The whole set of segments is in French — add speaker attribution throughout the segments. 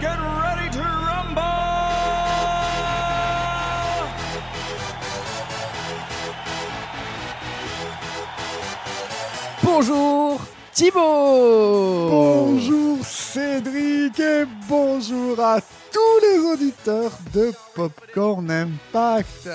Speaker 1: get ready to rumble!
Speaker 2: Bonjour Thibaut
Speaker 3: Bonjour Cédric et bonjour à tous les auditeurs de Popcorn Impact.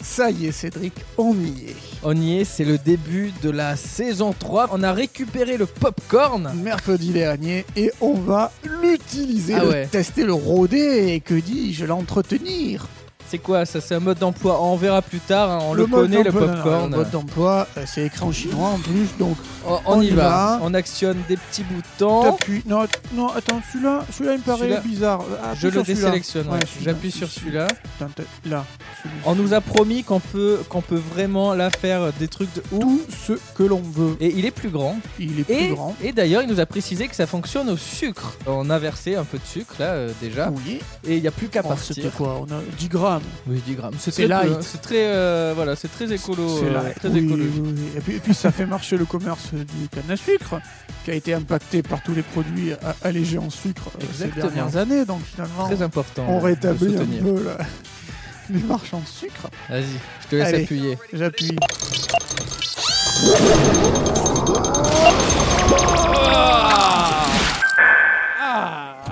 Speaker 3: Ça y est Cédric, on y est.
Speaker 2: On y est, c'est le début de la saison 3. On a récupéré le popcorn.
Speaker 3: Mercredi dernier et on va l'utiliser,
Speaker 2: Ah
Speaker 3: le
Speaker 2: ouais.
Speaker 3: tester, le rôder et que dis-je, l'entretenir.
Speaker 2: C'est quoi ça C'est un mode d'emploi. On verra plus tard, hein, on le,
Speaker 3: mode
Speaker 2: connaît le
Speaker 3: d'emploi-
Speaker 2: popcorn.
Speaker 3: Le mode d'emploi, euh, c'est écrit en chinois en plus, donc
Speaker 2: on, on
Speaker 3: on
Speaker 2: y
Speaker 3: y
Speaker 2: va.
Speaker 3: va.
Speaker 2: On actionne des petits boutons.
Speaker 3: t'appuies. Non, att- non, attends, celui-là, celui-là il me paraît
Speaker 2: Oh. Celui-là,
Speaker 3: bizarre. Ah, Appuie
Speaker 2: Je le
Speaker 3: sur celui-là.
Speaker 2: désélectionne. ouais.
Speaker 3: Ouais, celui-là,
Speaker 2: J'appuie sur celui-là.
Speaker 3: Putain, t'as- Là, celui-ci.
Speaker 2: On nous a promis qu'on peut, qu'on peut vraiment là faire des trucs de ouf.
Speaker 3: tout ce que l'on veut.
Speaker 2: Et il est plus grand.
Speaker 3: Il est plus
Speaker 2: Et,
Speaker 3: grand.
Speaker 2: et d'ailleurs, il nous a précisé que ça fonctionne au sucre. On a versé un peu de sucre là euh, déjà.
Speaker 3: Ah Oui.
Speaker 2: Et il n'y a plus qu'à
Speaker 3: Oh,
Speaker 2: partir.
Speaker 3: C'était quoi On a 10 grammes.
Speaker 2: Oui, 10 grammes. C'est
Speaker 3: C'est
Speaker 2: très peu,
Speaker 3: light.
Speaker 2: hein. C'est très, euh, voilà, c'est très écolo.
Speaker 3: C'est
Speaker 2: euh,
Speaker 3: la-
Speaker 2: très
Speaker 3: oui,
Speaker 2: écologique.
Speaker 3: Oh, oui, oui. Et, puis, et puis ça fait marcher le commerce du canne à sucre, qui a été impacté par tous les produits a- allégés en sucre euh,
Speaker 2: Exactement.
Speaker 3: ces dernières années. Donc finalement,
Speaker 2: Très important.
Speaker 3: on
Speaker 2: euh, de
Speaker 3: rétablit un
Speaker 2: soutenir.
Speaker 3: peu la- les marches en sucre.
Speaker 2: Vas-y, je te laisse
Speaker 3: Allez.
Speaker 2: appuyer.
Speaker 3: J'appuie.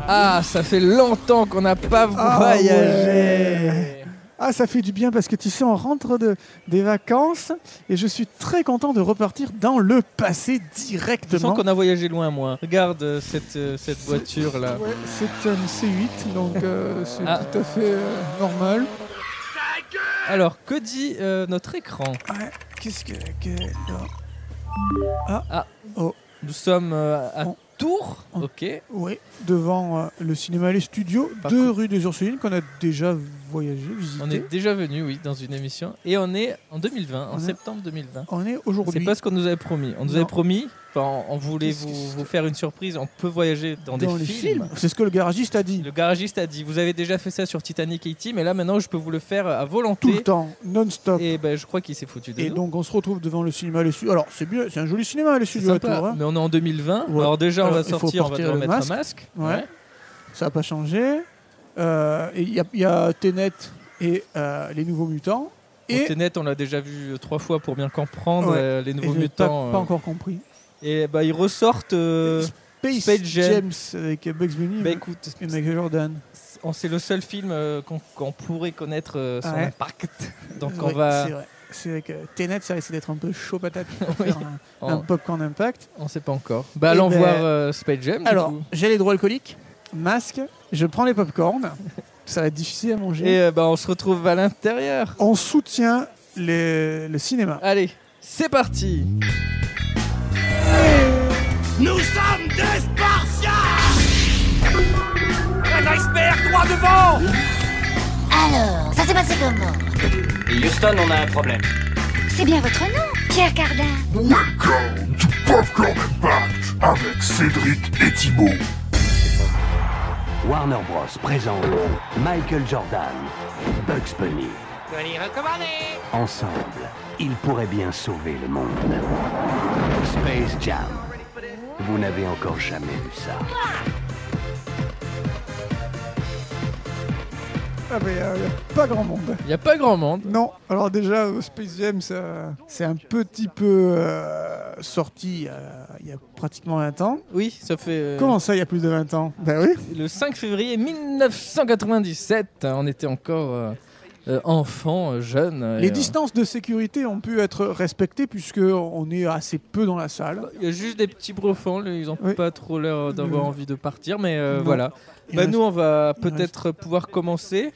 Speaker 2: Ah, ça fait longtemps qu'on n'a pas
Speaker 3: Ah
Speaker 2: voyagé.
Speaker 3: ouais. Ah, ça fait du bien parce que tu sais, on rentre de, des vacances et je suis très content de repartir dans le passé
Speaker 2: Je
Speaker 3: directement.
Speaker 2: sens qu'on a voyagé loin, moi. Regarde euh, cette, euh, cette voiture là.
Speaker 3: Ouais, c'est un C8, donc euh, c'est
Speaker 2: Ah.
Speaker 3: tout à fait euh, normal.
Speaker 2: Alors, que dit euh, notre écran
Speaker 3: Qu'est-ce que. que-
Speaker 2: Nous sommes euh, à
Speaker 3: On-
Speaker 2: Tours.
Speaker 3: on-
Speaker 2: Ok.
Speaker 3: Oui, devant euh, le cinéma Les Studios
Speaker 2: Par
Speaker 3: de
Speaker 2: contre-
Speaker 3: rue des Ursulines qu'on a déjà voyagé, visité.
Speaker 2: On est déjà venu, oui, dans une émission. Et on est en 2020, en
Speaker 3: On est-
Speaker 2: septembre 2020.
Speaker 3: On est
Speaker 2: C'est
Speaker 3: aujourd'hui.
Speaker 2: pas ce qu'on nous avait promis. On nous
Speaker 3: Non.
Speaker 2: avait promis, enfin, on voulait
Speaker 3: Qu'est-ce que
Speaker 2: vous,
Speaker 3: c'est
Speaker 2: vous faire une surprise. On peut voyager dans, des
Speaker 3: dans les
Speaker 2: films.
Speaker 3: films. C'est ce que le garagiste a dit.
Speaker 2: Le garagiste a dit Vous avez déjà fait ça sur Titanic et E.T., mais là maintenant je peux vous le faire à
Speaker 3: Tout le
Speaker 2: volonté.
Speaker 3: temps, non-stop. Et,
Speaker 2: Et ben, je crois qu'il s'est foutu de nous.
Speaker 3: donc on se retrouve devant le cinéma Les Studios. Alors c'est bien, c'est un joli cinéma Les
Speaker 2: C'est
Speaker 3: Studios à
Speaker 2: sympa,
Speaker 3: Tours, hein.
Speaker 2: mais on est en 2020.
Speaker 3: Ouais.
Speaker 2: Alors déjà, on
Speaker 3: Alors,
Speaker 2: va
Speaker 3: il faut
Speaker 2: sortir, on va
Speaker 3: porter
Speaker 2: devoir
Speaker 3: le
Speaker 2: mettre un masque.
Speaker 3: Ouais. Ça n'a pas changé. Euh, et Il y, a- il y a Tenet et euh, Les Nouveaux
Speaker 2: Oh,
Speaker 3: Mutants.
Speaker 2: Et...
Speaker 3: Et,
Speaker 2: on l'a déjà vu euh, trois fois pour bien comprendre
Speaker 3: Ouais.
Speaker 2: euh, les
Speaker 3: et
Speaker 2: nouveaux
Speaker 3: je n'ai pas,
Speaker 2: mutants.
Speaker 3: pas
Speaker 2: euh.
Speaker 3: encore compris.
Speaker 2: Et bah, ils ressortent. euh,
Speaker 3: Space,
Speaker 2: Space Jam.
Speaker 3: James avec Bugs Bunny
Speaker 2: bah, écoute,
Speaker 3: et Michael Jordan.
Speaker 2: c'est- on- c'est le seul film euh, qu'on qu'on pourrait connaître euh, son
Speaker 3: Ouais.
Speaker 2: impact. Donc
Speaker 3: C'est
Speaker 2: on
Speaker 3: vrai,
Speaker 2: va.
Speaker 3: C'est vrai. C'est vrai que Tenet, ça risque d'être un peu chaud patate pour
Speaker 2: Oui. Oh.
Speaker 3: faire un, un
Speaker 2: On,
Speaker 3: popcorn impact.
Speaker 2: on sait pas encore. Bah,
Speaker 3: Eh
Speaker 2: allons
Speaker 3: ben,
Speaker 2: voir euh, Space Jam. du
Speaker 3: Alors,
Speaker 2: coup.
Speaker 3: j'ai les droits alcooliques, masque, je prends les popcorns. ça va être difficile à manger.
Speaker 2: Et euh, bah, on se retrouve à l'intérieur.
Speaker 3: On soutient les- le cinéma.
Speaker 2: Allez, c'est parti.
Speaker 1: Nous sommes des Spartiates Un iceberg droit devant
Speaker 4: Alors, ça s'est passé comment
Speaker 5: Houston, on a un problème.
Speaker 4: C'est bien votre nom, Pierre Cardin.
Speaker 6: Welcome to Popcorn Impact avec Cédric et Thibault.
Speaker 7: Warner Bros. présente Michael Jordan, Bugs Bunny. Ensemble, ils pourraient bien sauver le monde. Space Jam. Vous n'avez encore jamais vu ça.
Speaker 3: Ah, mais euh, y a pas grand monde.
Speaker 2: Il n'y a pas grand monde.
Speaker 3: Non, alors déjà, euh, Space Jam, ça- c'est un petit peu euh, sorti euh, il y a pratiquement 20 ans.
Speaker 2: Oui, ça fait. euh,
Speaker 3: Comment ça, il y a plus de 20 ans Ben oui.
Speaker 2: Le 5 février 1997, euh, on était encore euh, euh, enfant, euh, jeune. euh, et,
Speaker 3: Les
Speaker 2: euh,
Speaker 3: distances de sécurité ont pu être respectées puisque on est assez peu dans la salle.
Speaker 2: Il y a juste des petits profonds, là, ils ont
Speaker 3: Oui.
Speaker 2: pas trop l'air d'avoir
Speaker 3: Le-
Speaker 2: envie de partir, mais euh,
Speaker 3: Non.
Speaker 2: voilà.
Speaker 3: Il
Speaker 2: Bah,
Speaker 3: reste-
Speaker 2: nous, on va
Speaker 3: il reste-
Speaker 2: peut-être pouvoir commencer.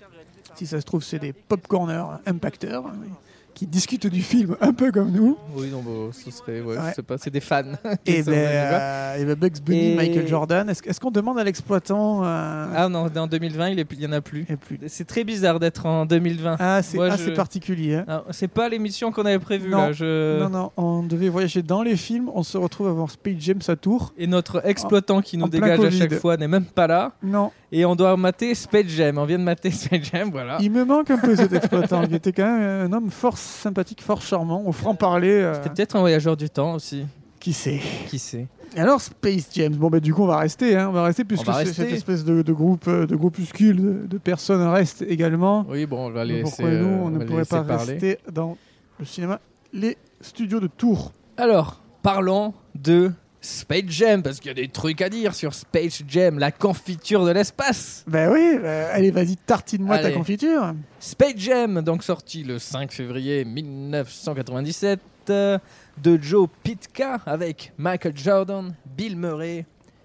Speaker 3: Si ça se trouve, c'est des popcorners impacteurs hein, oui, qui discutent du film un peu comme nous.
Speaker 2: Oui, non, bah, ce serait, ouais,
Speaker 3: Ouais.
Speaker 2: je sais pas, c'est des fans. qui
Speaker 3: Et
Speaker 2: sont
Speaker 3: ben,
Speaker 2: venus là.
Speaker 3: euh, eh ben Bugs Bunny,
Speaker 2: Et-
Speaker 3: Michael Jordan. Est-ce est-ce qu'on demande à l'exploitant euh,
Speaker 2: Ah non, en 2020, il est- il y en a plus.
Speaker 3: et plus
Speaker 2: C'est très bizarre d'être en 2020.
Speaker 3: Ah, c'est
Speaker 2: Moi,
Speaker 3: ah,
Speaker 2: je-
Speaker 3: c'est particulier. hein.
Speaker 2: Non, Ah, C'est pas l'émission qu'on avait prévue
Speaker 3: Non.
Speaker 2: là. Je...
Speaker 3: Non, non, on devait voyager dans les films. On se retrouve à voir Space Jam à Tours.
Speaker 2: Et notre exploitant qui nous
Speaker 3: en plein
Speaker 2: dégage à chaque
Speaker 3: Covid.
Speaker 2: fois n'est même pas là.
Speaker 3: Non,
Speaker 2: Et on doit mater Space Jam. On vient de mater Space Jam, voilà.
Speaker 3: Ah. il me manque un peu cet exploitant. Il était quand même un homme fort sympathique, fort charmant, au franc parler.
Speaker 2: C'était peut-être un voyageur du temps aussi.
Speaker 3: Qui sait
Speaker 2: Qui sait
Speaker 3: Alors Space James, bon ben du coup on va rester, hein, on va rester puisque
Speaker 2: va
Speaker 3: c'est
Speaker 2: rester.
Speaker 3: cette espèce de, de groupe, euh, de groupuscule de, de personnes reste également.
Speaker 2: Oui, bon, on va
Speaker 3: Donc,
Speaker 2: laisser,
Speaker 3: Pourquoi
Speaker 2: euh,
Speaker 3: nous on,
Speaker 2: on va
Speaker 3: ne
Speaker 2: les
Speaker 3: pourrait
Speaker 2: laisser
Speaker 3: pas
Speaker 2: parler.
Speaker 3: rester dans le cinéma, les studios de Tours.
Speaker 2: Alors, parlons de Space Jam, parce qu'il y a des trucs à dire sur Space Jam, la confiture de l'espace.
Speaker 3: Ben oui, euh, allez vas-y tartine-moi ta
Speaker 2: Allez.
Speaker 3: confiture.
Speaker 2: Space Jam, donc sorti le 5 février 1997, euh, de Joe Pitka avec Michael Jordan, Bill Murray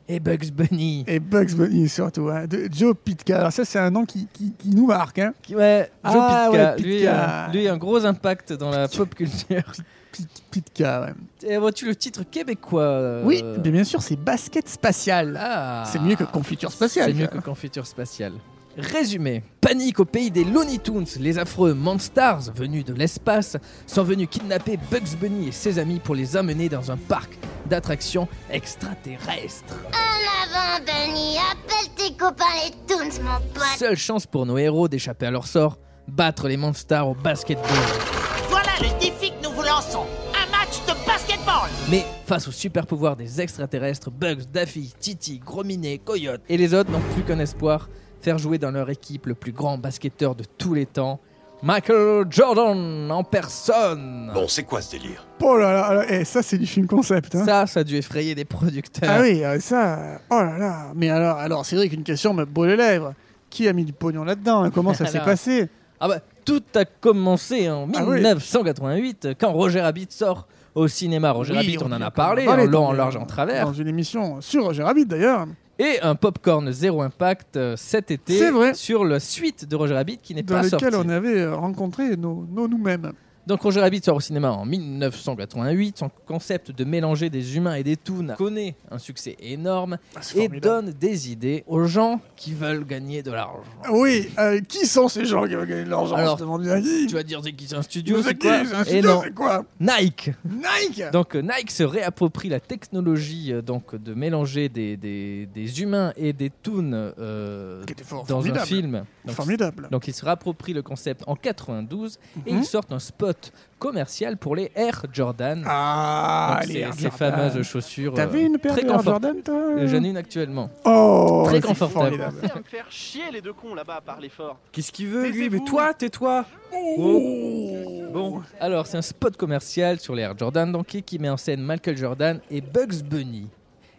Speaker 2: et Bugs Bunny.
Speaker 3: Et Bugs Bunny surtout, hein, de Joe Pitka. Alors ça c'est un nom qui, qui- qui nous marque. Hein.
Speaker 2: Qui- ouais, Joe
Speaker 3: Ah,
Speaker 2: Pitka,
Speaker 3: ouais,
Speaker 2: lui,
Speaker 3: Pitka.
Speaker 2: euh, lui, un gros impact dans la pop culture.
Speaker 3: Pit- Pitka, ouais.
Speaker 2: Et vois-tu le titre québécois euh,
Speaker 3: Oui, mais bien sûr c'est basket spatial.
Speaker 2: Ah.
Speaker 3: C'est mieux que confiture spatiale.
Speaker 2: C'est mieux que confiture spatiale. Résumé, panique au pays des Looney Tunes, les affreux Monstars venus de l'espace sont venus kidnapper Bugs Bunny et ses amis pour les amener dans un parc d'attractions extraterrestres.
Speaker 4: En avant, Benny, appelle tes copains les Toons, mon pote.
Speaker 2: Seule chance pour nos héros d'échapper à leur sort, battre les Monstars au basketball.
Speaker 8: Voilà le défi que nous vous lançons. Un match de basketball.
Speaker 2: Mais face au super pouvoir des extraterrestres, Bugs, Daffy, Titi, Grominet, Coyote et les autres n'ont plus qu'un espoir, faire jouer dans leur équipe le plus grand basketteur de tous les temps, Michael Jordan en personne.
Speaker 9: Bon, c'est quoi ce délire
Speaker 3: Oh là là, là, eh, ça c'est du film concept. hein.
Speaker 2: Ça, ça a dû effrayer des producteurs.
Speaker 3: Ah oui, euh, ça. euh, Oh là là. Mais alors, alors Cédric, une question me brûle les lèvres. Qui a mis du pognon là-dedans hein Comment ça s'est
Speaker 2: Alors.
Speaker 3: passé
Speaker 2: Ah bah, tout a commencé en
Speaker 3: Ah oui.
Speaker 2: 1988 quand Roger Rabbit sort au cinéma. Roger
Speaker 3: Oui,
Speaker 2: Rabbit, on, en a parlé,
Speaker 3: on
Speaker 2: en
Speaker 3: parlait
Speaker 2: long,
Speaker 3: dans
Speaker 2: en
Speaker 3: le-
Speaker 2: large, en travers.
Speaker 3: Dans une émission sur Roger Rabbit d'ailleurs.
Speaker 2: Et un popcorn zéro impact euh, cet été
Speaker 3: C'est vrai.
Speaker 2: sur la suite de Roger Rabbit qui n'est
Speaker 3: Dans
Speaker 2: pas sortie.
Speaker 3: lequel on avait euh, rencontré nos, nos nous-mêmes.
Speaker 2: Donc Roger Rabbit sort au cinéma en 1988. Son concept de mélanger des humains et des toons connaît un succès énorme
Speaker 3: Ah, c'est
Speaker 2: et
Speaker 3: formidable.
Speaker 2: donne des idées aux gens qui veulent gagner de l'argent.
Speaker 3: Oui, euh, qui sont ces gens qui ont gagné de l'argent
Speaker 2: Alors,
Speaker 3: Je demande bien qui.
Speaker 2: Tu vas dire c'est qui c'est un studio,
Speaker 3: C'est
Speaker 2: c'est
Speaker 3: qui
Speaker 2: quoi
Speaker 3: C'est un
Speaker 2: Et
Speaker 3: studio,
Speaker 2: non,
Speaker 3: c'est quoi
Speaker 2: Nike.
Speaker 3: Nike
Speaker 2: Donc euh, Nike se réapproprie la technologie euh, donc de mélanger des, des, des humains et des toons euh,
Speaker 3: Qui était fort-
Speaker 2: dans un
Speaker 3: formidable.
Speaker 2: film. Donc,
Speaker 3: Formidable.
Speaker 2: donc ils se réapproprient le concept en 92 et
Speaker 3: Mhm.
Speaker 2: ils sortent un spot commercial pour les Air Jordan.
Speaker 3: Ah,
Speaker 2: Donc,
Speaker 3: les
Speaker 2: ces,
Speaker 3: Air
Speaker 2: ces
Speaker 3: Jordan.
Speaker 2: fameuses chaussures.
Speaker 3: T'avais
Speaker 2: euh,
Speaker 3: une paire
Speaker 2: très
Speaker 3: de Air
Speaker 2: confort-
Speaker 3: Jordan, toi
Speaker 2: Euh, J'en ai une actuellement.
Speaker 3: Oh,
Speaker 2: Très
Speaker 3: c'est
Speaker 2: confortable.
Speaker 3: formidable.
Speaker 10: Arrêtez à me faire chier les deux cons là-bas à parler fort.
Speaker 1: Qu'est-ce qu'il veut, lui
Speaker 10: Taisez-vous.
Speaker 1: Mais toi, tais-toi
Speaker 2: Bon, alors c'est un spot commercial sur les Air Jordan donc, qui- qui met en scène Michael Jordan et Bugs Bunny.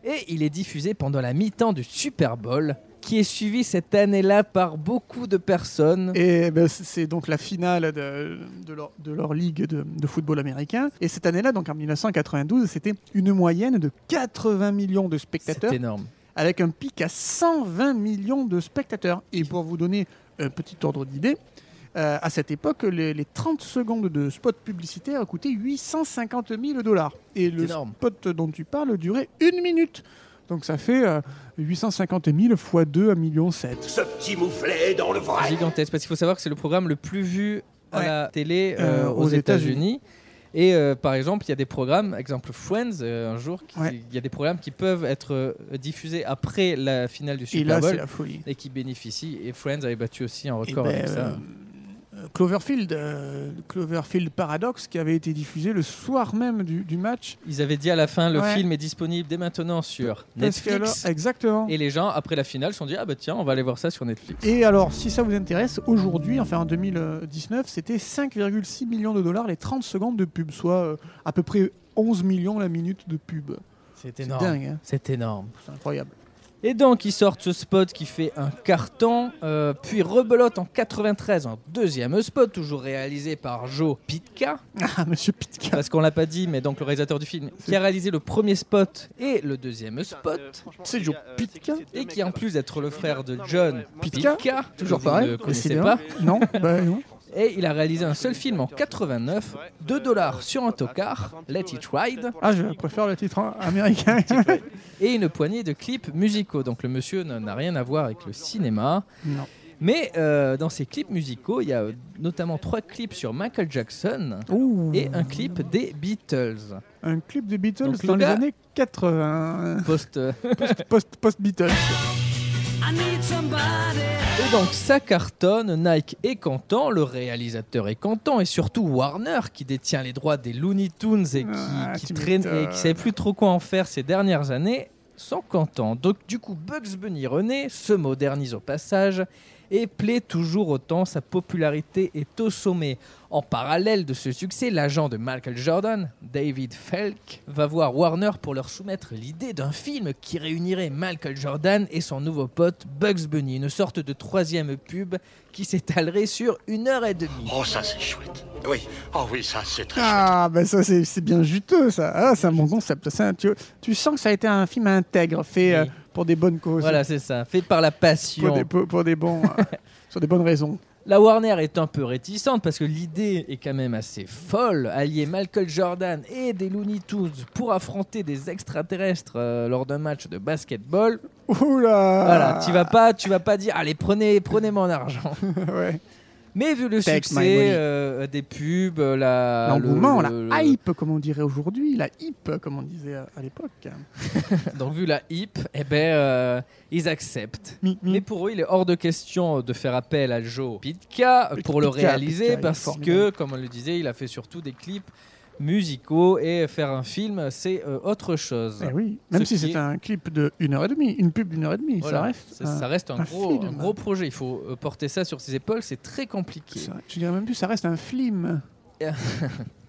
Speaker 2: Et il est diffusé pendant la mi-temps du Super Bowl, qui est suivi cette année-là par beaucoup de personnes.
Speaker 3: Et ben, c- c'est donc la finale de, de leur, de leur ligue de, de football américain. Et cette année-là, donc en 1992, c'était une moyenne de 80 millions de
Speaker 2: C'est
Speaker 3: spectateurs,
Speaker 2: énorme.
Speaker 3: avec un pic à 120 millions de spectateurs. Et pour vous donner un petit ordre d'idée, euh, à cette époque, les, les 30 secondes de spot publicitaire coûtaient 850 000 dollars. Et le
Speaker 2: C'est énorme.
Speaker 3: spot dont tu parles durait une minute. Donc ça fait euh, 850 000 fois 2 à 1,7 million.
Speaker 9: Ce petit mouflet dans le vrai
Speaker 2: Gigantesque, parce qu'il faut savoir que c'est le programme le plus vu à
Speaker 3: Ouais.
Speaker 2: la télé euh,
Speaker 3: Euh,
Speaker 2: aux
Speaker 3: aux États-Unis.
Speaker 2: États-Unis. Et euh, par exemple, il y a des programmes, exemple Friends, euh, un jour, qui- il
Speaker 3: Ouais.
Speaker 2: y a des programmes qui peuvent être euh, diffusés après la finale du
Speaker 3: Et
Speaker 2: Super
Speaker 3: là, c'est
Speaker 2: Bowl.
Speaker 3: la folie.
Speaker 2: et qui bénéficie. Et Friends avait battu aussi un
Speaker 3: Eh
Speaker 2: record
Speaker 3: ben,
Speaker 2: avec ça.
Speaker 3: euh, euh, Cloverfield, euh, Cloverfield Paradox, qui avait été diffusé le soir même du, du match.
Speaker 2: Ils avaient dit à la fin, le
Speaker 3: Ouais.
Speaker 2: film est disponible dès maintenant sur
Speaker 3: Parce que
Speaker 2: Netflix.
Speaker 3: alors- exactement.
Speaker 2: Et les gens, après la finale, se sont dit, ah bah tiens, on va aller voir ça sur Netflix.
Speaker 3: Et alors, si ça vous intéresse, aujourd'hui, enfin en 2019, c'était 5,6 millions de dollars les 30 secondes de pub, soit euh, à peu près 11 millions la minute de pub.
Speaker 2: C'est
Speaker 3: C'est dingue, hein.
Speaker 2: C'est énorme.
Speaker 3: c'est incroyable.
Speaker 2: Et donc, ils sortent ce spot qui fait un carton, euh, puis rebelote en 93, un deuxième spot, toujours réalisé par Joe Pitka,
Speaker 3: Ah, monsieur Pitka.
Speaker 2: parce qu'on l'a pas dit, mais donc le réalisateur du film, qui a réalisé le premier spot et le deuxième spot.
Speaker 8: Euh,
Speaker 10: euh,
Speaker 3: C'est Joe Pitka.
Speaker 2: Et qui en plus d'être le frère de John
Speaker 3: Pitka,
Speaker 2: Pitka, que
Speaker 3: Toujours
Speaker 2: vous
Speaker 3: pareil.
Speaker 2: ne connaissez
Speaker 3: décidément.
Speaker 2: pas,
Speaker 3: Non, bah non.
Speaker 2: Et il a réalisé un seul film en 89, 2 dollars sur un tocard, Let It Ride,
Speaker 3: Ah, je préfère le titre hein, américain.
Speaker 2: et une poignée de clips musicaux. Donc le monsieur n'a n'a rien à voir avec le cinéma.
Speaker 3: non.
Speaker 2: Mais euh, dans ces clips musicaux, il y a euh, notamment trois clips sur Michael Jackson
Speaker 3: Ouh.
Speaker 2: et un clip des Beatles.
Speaker 3: Un clip des Beatles
Speaker 2: Donc, le
Speaker 3: dans les
Speaker 2: gars-
Speaker 3: années 80.
Speaker 2: Post, euh,
Speaker 3: Post- Post-Beatles.
Speaker 2: Et donc ça cartonne, Nike est content, le réalisateur est content, et surtout Warner qui détient les droits des Looney Tunes et qui,
Speaker 3: Ah,
Speaker 2: qui
Speaker 3: tu
Speaker 2: traîne et
Speaker 3: m'étonnes.
Speaker 2: qui savait plus trop quoi en faire ces dernières années, sont contents. Donc du coup Bugs Bunny renaît, se modernise au passage et plaît toujours autant, sa popularité est au sommet. En parallèle de ce succès, l'agent de Michael Jordan, David Felk, va voir Warner pour leur soumettre l'idée d'un film qui réunirait Michael Jordan et son nouveau pote Bugs Bunny, une sorte de troisième pub qui s'étalerait sur une heure et demie.
Speaker 9: Oh, ça c'est chouette. Oui, oh oui, ça c'est très
Speaker 3: Ah, ben ça, c'est c'est bien juteux, ça. Ah, c'est un bon concept. Ça, tu, tu sens que ça a été un film intègre, fait euh, pour des bonnes causes.
Speaker 2: Voilà, c'est ça, fait par la passion.
Speaker 3: pour des, pour- pour des bons, euh, sur des bonnes raisons.
Speaker 2: La Warner est un peu réticente parce que l'idée est quand même assez folle. Allier Michael Jordan et des Looney Tunes pour affronter des extraterrestres euh, lors d'un match de basketball.
Speaker 3: Oula
Speaker 2: Voilà, tu vas pas, tu vas pas dire, allez prenez, prenez mon argent.
Speaker 3: Ouais.
Speaker 2: Mais vu le
Speaker 3: Take my
Speaker 2: succès
Speaker 3: money.
Speaker 2: euh, des pubs, euh, la
Speaker 3: L'engouement,
Speaker 2: le- le-
Speaker 3: la hype, comme on dirait aujourd'hui, la hype, comme on disait euh, à, à l'époque.
Speaker 2: donc vu la hype, eh ben euh, ils acceptent.
Speaker 3: Mm.
Speaker 2: Mais pour eux, il est hors de question de faire appel à Joe Pitka pour le
Speaker 3: Pitka,
Speaker 2: réaliser
Speaker 3: Pitka, il est
Speaker 2: parce que,
Speaker 3: formidable.
Speaker 2: comme on le disait, il a fait surtout des clips musicaux et faire un film, c'est euh, autre chose.
Speaker 3: Eh oui, même
Speaker 2: Ce
Speaker 3: si
Speaker 2: qui
Speaker 3: c'est
Speaker 2: est-
Speaker 3: un clip de 1h30, une pub d'une heure et demie,
Speaker 2: voilà,
Speaker 3: ça reste.
Speaker 2: c'est- ça reste un,
Speaker 3: un
Speaker 2: gros, un
Speaker 3: film.
Speaker 2: gros projet. Il faut euh, porter ça sur ses épaules, c'est très compliqué.
Speaker 3: ça- Je dirais même plus, ça reste un film.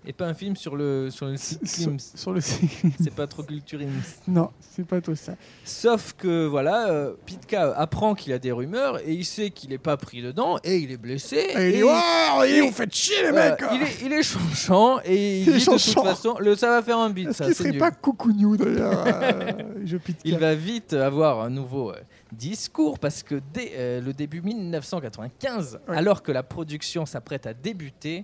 Speaker 2: Et pas un film sur le sur le cyclisme.
Speaker 3: Sur, sur le cyclisme.
Speaker 2: C'est pas trop culturisme.
Speaker 3: Non, c'est pas tout ça.
Speaker 2: Sauf que voilà, euh, Pitka apprend qu'il a des rumeurs et il sait qu'il est pas pris dedans et il est blessé.
Speaker 3: Et il dit, Ouah, et vous faites chier, les
Speaker 2: voilà,
Speaker 3: mecs
Speaker 2: Euh, Il est, il est chanchant et il,
Speaker 3: Eh ben, Il est
Speaker 2: dit de toute
Speaker 3: chanchant.
Speaker 2: façon, le, ça va faire un beat.
Speaker 3: Est-ce
Speaker 2: ça,
Speaker 3: qu'il
Speaker 2: c'est
Speaker 3: serait
Speaker 2: nul.
Speaker 3: pas Coucougnou, d'ailleurs euh, Je pique.
Speaker 2: Il va vite avoir un nouveau euh, discours parce que dès euh, le début 1995,
Speaker 3: Ouais.
Speaker 2: alors que la production s'apprête à débuter,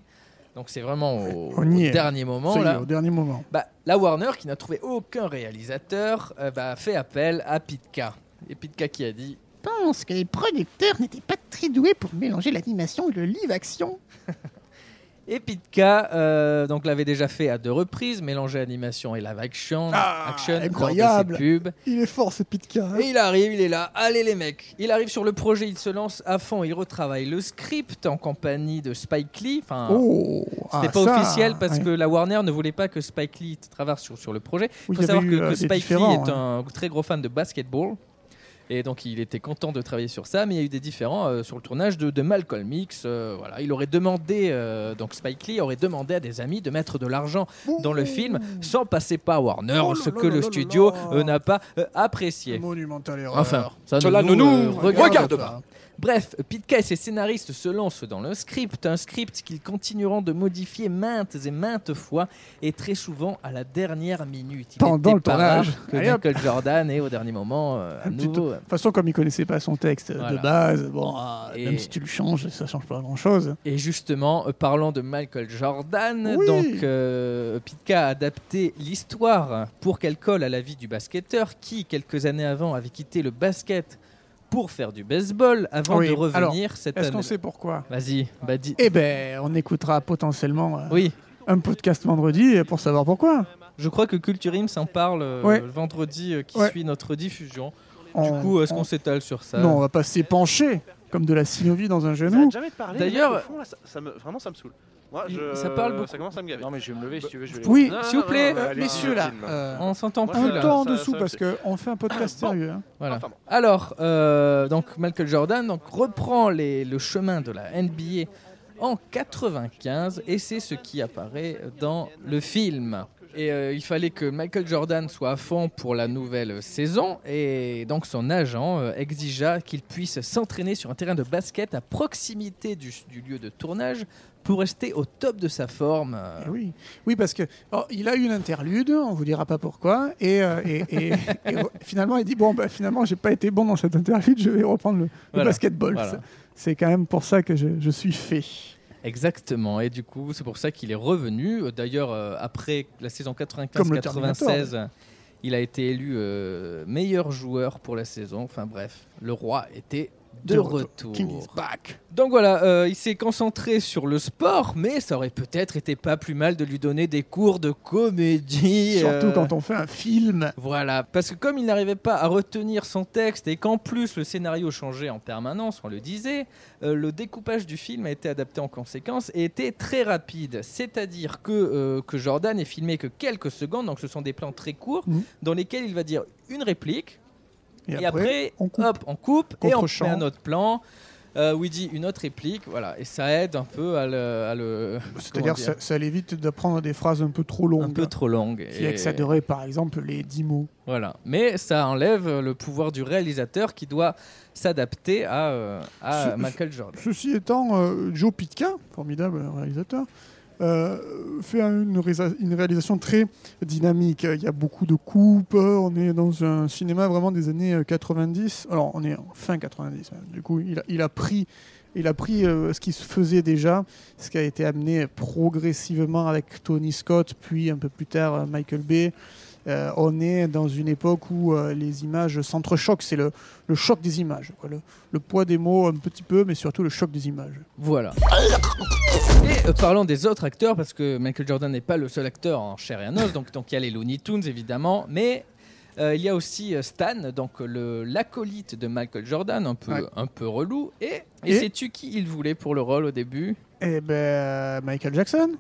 Speaker 2: donc c'est vraiment au,
Speaker 3: On y
Speaker 2: au
Speaker 3: est.
Speaker 2: dernier moment
Speaker 3: Ça y est,
Speaker 2: là.
Speaker 3: au dernier moment.
Speaker 2: Bah, la Warner, qui n'a trouvé aucun réalisateur, euh, bah, a fait appel à Pitka. Et Pitka qui a dit
Speaker 3: pense que les producteurs n'étaient pas très doués pour mélanger l'animation et le live-action.
Speaker 2: Et Pitka euh, donc l'avait déjà fait à deux reprises, mélanger animation et live action,
Speaker 3: Ah,
Speaker 2: action lors de ses
Speaker 3: incroyable.
Speaker 2: pubs.
Speaker 3: Il est fort, ce Pitka. hein.
Speaker 2: Et il arrive, il est là, allez les mecs. Il arrive sur le projet, il se lance à fond, il retravaille le script en compagnie de Spike Lee. Enfin,
Speaker 3: Oh,
Speaker 2: c'était
Speaker 3: ah,
Speaker 2: pas
Speaker 3: ça,
Speaker 2: officiel parce
Speaker 3: ouais.
Speaker 2: que la Warner ne voulait pas que Spike Lee traverse sur, sur le projet. Il
Speaker 3: Oui,
Speaker 2: faut
Speaker 3: il y avait
Speaker 2: savoir que,
Speaker 3: eu, euh,
Speaker 2: que
Speaker 3: des hein.
Speaker 2: Spike Lee
Speaker 3: différends,
Speaker 2: est un très gros fan de basketball. Et donc il était content de travailler sur ça, mais il y a eu des différends euh, sur le tournage de, de Malcolm X. euh, voilà, il aurait demandé, euh, donc Spike Lee aurait demandé à des amis de mettre de l'argent dans le film sans passer par Warner,
Speaker 3: Oh là
Speaker 2: ce
Speaker 3: là
Speaker 2: que
Speaker 3: là
Speaker 2: le
Speaker 3: là
Speaker 2: studio
Speaker 3: là.
Speaker 2: euh, n'a pas euh, apprécié.
Speaker 3: Monumentale erreur.
Speaker 2: Enfin, ça
Speaker 1: Cela ne nous
Speaker 2: euh,
Speaker 1: regarde pas.
Speaker 2: Bref, Pitka et ses scénaristes se lancent dans le script, un script qu'ils continueront de modifier maintes et maintes fois et très souvent à la dernière minute. Il
Speaker 3: Pendant
Speaker 2: était
Speaker 3: le
Speaker 2: pas
Speaker 3: tournage.
Speaker 2: rare Que
Speaker 3: Allez, hop.
Speaker 2: Michael Jordan et au dernier moment euh, à
Speaker 3: Un petit
Speaker 2: nouveau.
Speaker 3: De toute façon, comme il connaissait pas son texte
Speaker 2: Voilà.
Speaker 3: de base, bon, euh,
Speaker 2: Et-
Speaker 3: même si tu le changes, ça change pas grand chose.
Speaker 2: Et justement, euh, parlant de Michael Jordan,
Speaker 3: Oui.
Speaker 2: donc euh, Pitka a adapté l'histoire pour qu'elle colle à la vie du basketteur qui, quelques années avant, avait quitté le basket pour faire du baseball avant
Speaker 3: Oui,
Speaker 2: de revenir
Speaker 3: alors,
Speaker 2: cette
Speaker 3: Est-ce
Speaker 2: année.
Speaker 3: qu'on sait pourquoi
Speaker 2: Vas-y, bah dis.
Speaker 3: Eh ben, on écoutera potentiellement euh,
Speaker 2: Oui,
Speaker 3: un podcast vendredi pour savoir pourquoi.
Speaker 2: je crois que Culture Im s'en parle euh,
Speaker 3: Ouais.
Speaker 2: le vendredi euh, qui
Speaker 3: Ouais.
Speaker 2: suit notre diffusion.
Speaker 3: On-
Speaker 2: du coup, est-ce
Speaker 3: on-
Speaker 2: qu'on s'étale sur ça
Speaker 3: Non, on va pas s'épancher comme de la synovie dans un
Speaker 10: Ça
Speaker 3: genou.
Speaker 10: arrête jamais de parler.
Speaker 2: D'ailleurs-
Speaker 10: D'ailleurs, ça, ça me, vraiment, ça me saoule. Moi,
Speaker 2: Il-
Speaker 10: je-
Speaker 2: ça parle beaucoup.
Speaker 10: Ça commence à me gaver.
Speaker 5: Non, mais je vais me lever si tu veux. Je vais
Speaker 3: Oui,
Speaker 10: Non,
Speaker 2: S'il vous
Speaker 10: non,
Speaker 2: plaît,
Speaker 10: Ah, non, non,
Speaker 3: euh,
Speaker 10: allez,
Speaker 3: messieurs là,
Speaker 10: tranquille.
Speaker 3: euh,
Speaker 2: On s'entend
Speaker 10: Moi,
Speaker 2: plus
Speaker 10: je-
Speaker 3: un
Speaker 2: là.
Speaker 3: temps en
Speaker 10: ça-
Speaker 3: dessous
Speaker 10: ça-
Speaker 3: parce qu'on fait un podcast
Speaker 2: Ah,
Speaker 10: Bon.
Speaker 3: sérieux. hein.
Speaker 2: Voilà.
Speaker 10: Enfin bon.
Speaker 2: Alors, euh, donc Michael Jordan donc, reprend les- le chemin de la NBA en 95 et c'est ce qui apparaît dans le film. Et euh, il fallait que Michael Jordan soit à fond pour la nouvelle saison et donc son agent euh, exigea qu'il puisse s'entraîner sur un terrain de basket à proximité du, du lieu de tournage pour rester au top de sa forme. euh,
Speaker 3: Eh Oui. oui, parce que alors, il a eu une interlude, on vous dira pas pourquoi, et, euh, et- et- et re- finalement il dit bon, bah, finalement j'ai pas été bon dans cette interlude, je vais reprendre le, le
Speaker 2: Voilà.
Speaker 3: basketball.
Speaker 2: Voilà.
Speaker 3: C'est- C'est quand même pour ça que je, je suis fait.
Speaker 2: Exactement, et du coup, c'est pour ça qu'il est revenu. Euh, D'ailleurs, euh, après la saison
Speaker 3: Comme le Terminator.
Speaker 2: 95-96, il a été élu euh, meilleur joueur pour la saison. Enfin bref, le roi était de,
Speaker 3: De retour.
Speaker 2: retour.
Speaker 3: King is back.
Speaker 2: Donc voilà, euh, il s'est concentré sur le sport, mais ça aurait peut-être été pas plus mal de lui donner des cours de comédie.
Speaker 3: Surtout
Speaker 2: euh,
Speaker 3: quand on fait un film.
Speaker 2: Voilà, parce que comme il n'arrivait pas à retenir son texte et qu'en plus le scénario changeait en permanence, on le disait, euh, le découpage du film a été adapté en conséquence et était très rapide. C'est-à-dire que, euh, que Jordan est filmé que quelques secondes, donc ce sont des plans très courts
Speaker 3: Mhm.
Speaker 2: dans lesquels il va dire une réplique
Speaker 3: Et
Speaker 2: et,
Speaker 3: après,
Speaker 2: après,
Speaker 3: on coupe.
Speaker 2: hop, on coupe et on
Speaker 3: Contre-champ.
Speaker 2: met un autre plan. euh, où il dit une autre réplique, voilà, et ça aide un peu à le. à le- comment
Speaker 3: C'est-à-dire,
Speaker 2: dire
Speaker 3: ça, ça évite d'apprendre des phrases un peu trop longues.
Speaker 2: un peu trop longue.
Speaker 3: Qui
Speaker 2: et-
Speaker 3: excéderait, par exemple, les 10 mots.
Speaker 2: Voilà. Mais ça enlève euh, le pouvoir du réalisateur qui doit s'adapter à, euh, à
Speaker 3: Ce-
Speaker 2: Michael Jordan.
Speaker 3: Ceci étant, euh, Joe Pitka, formidable réalisateur, euh, fait un- une, résa- une réalisation très dynamique. Il y a beaucoup de coupes, euh, on est dans un cinéma vraiment des années euh, 90. Alors, on est en fin 90. hein. Du coup, il a, il a pris, il a pris euh, ce qui se faisait déjà, ce qui a été amené progressivement avec Tony Scott, puis un peu plus tard euh, Michael Bay. Euh, on est dans une époque où euh, les images s'entrechoquent, c'est le, le choc des images, quoi. Le, le poids des mots un petit peu, mais surtout le choc des images.
Speaker 2: Voilà. Et euh, parlons des autres acteurs, parce que Michael Jordan n'est pas le seul acteur en chair et en os. Donc, donc il y a les Looney Tunes, évidemment. Mais euh, il y a aussi euh, Stan, donc le- l'acolyte de Michael Jordan, un peu,
Speaker 3: Ouais.
Speaker 2: un peu relou. Et, et,
Speaker 3: Et-
Speaker 2: sais-tu qui il voulait pour le rôle au début
Speaker 3: Eh ben, euh, Michael Jackson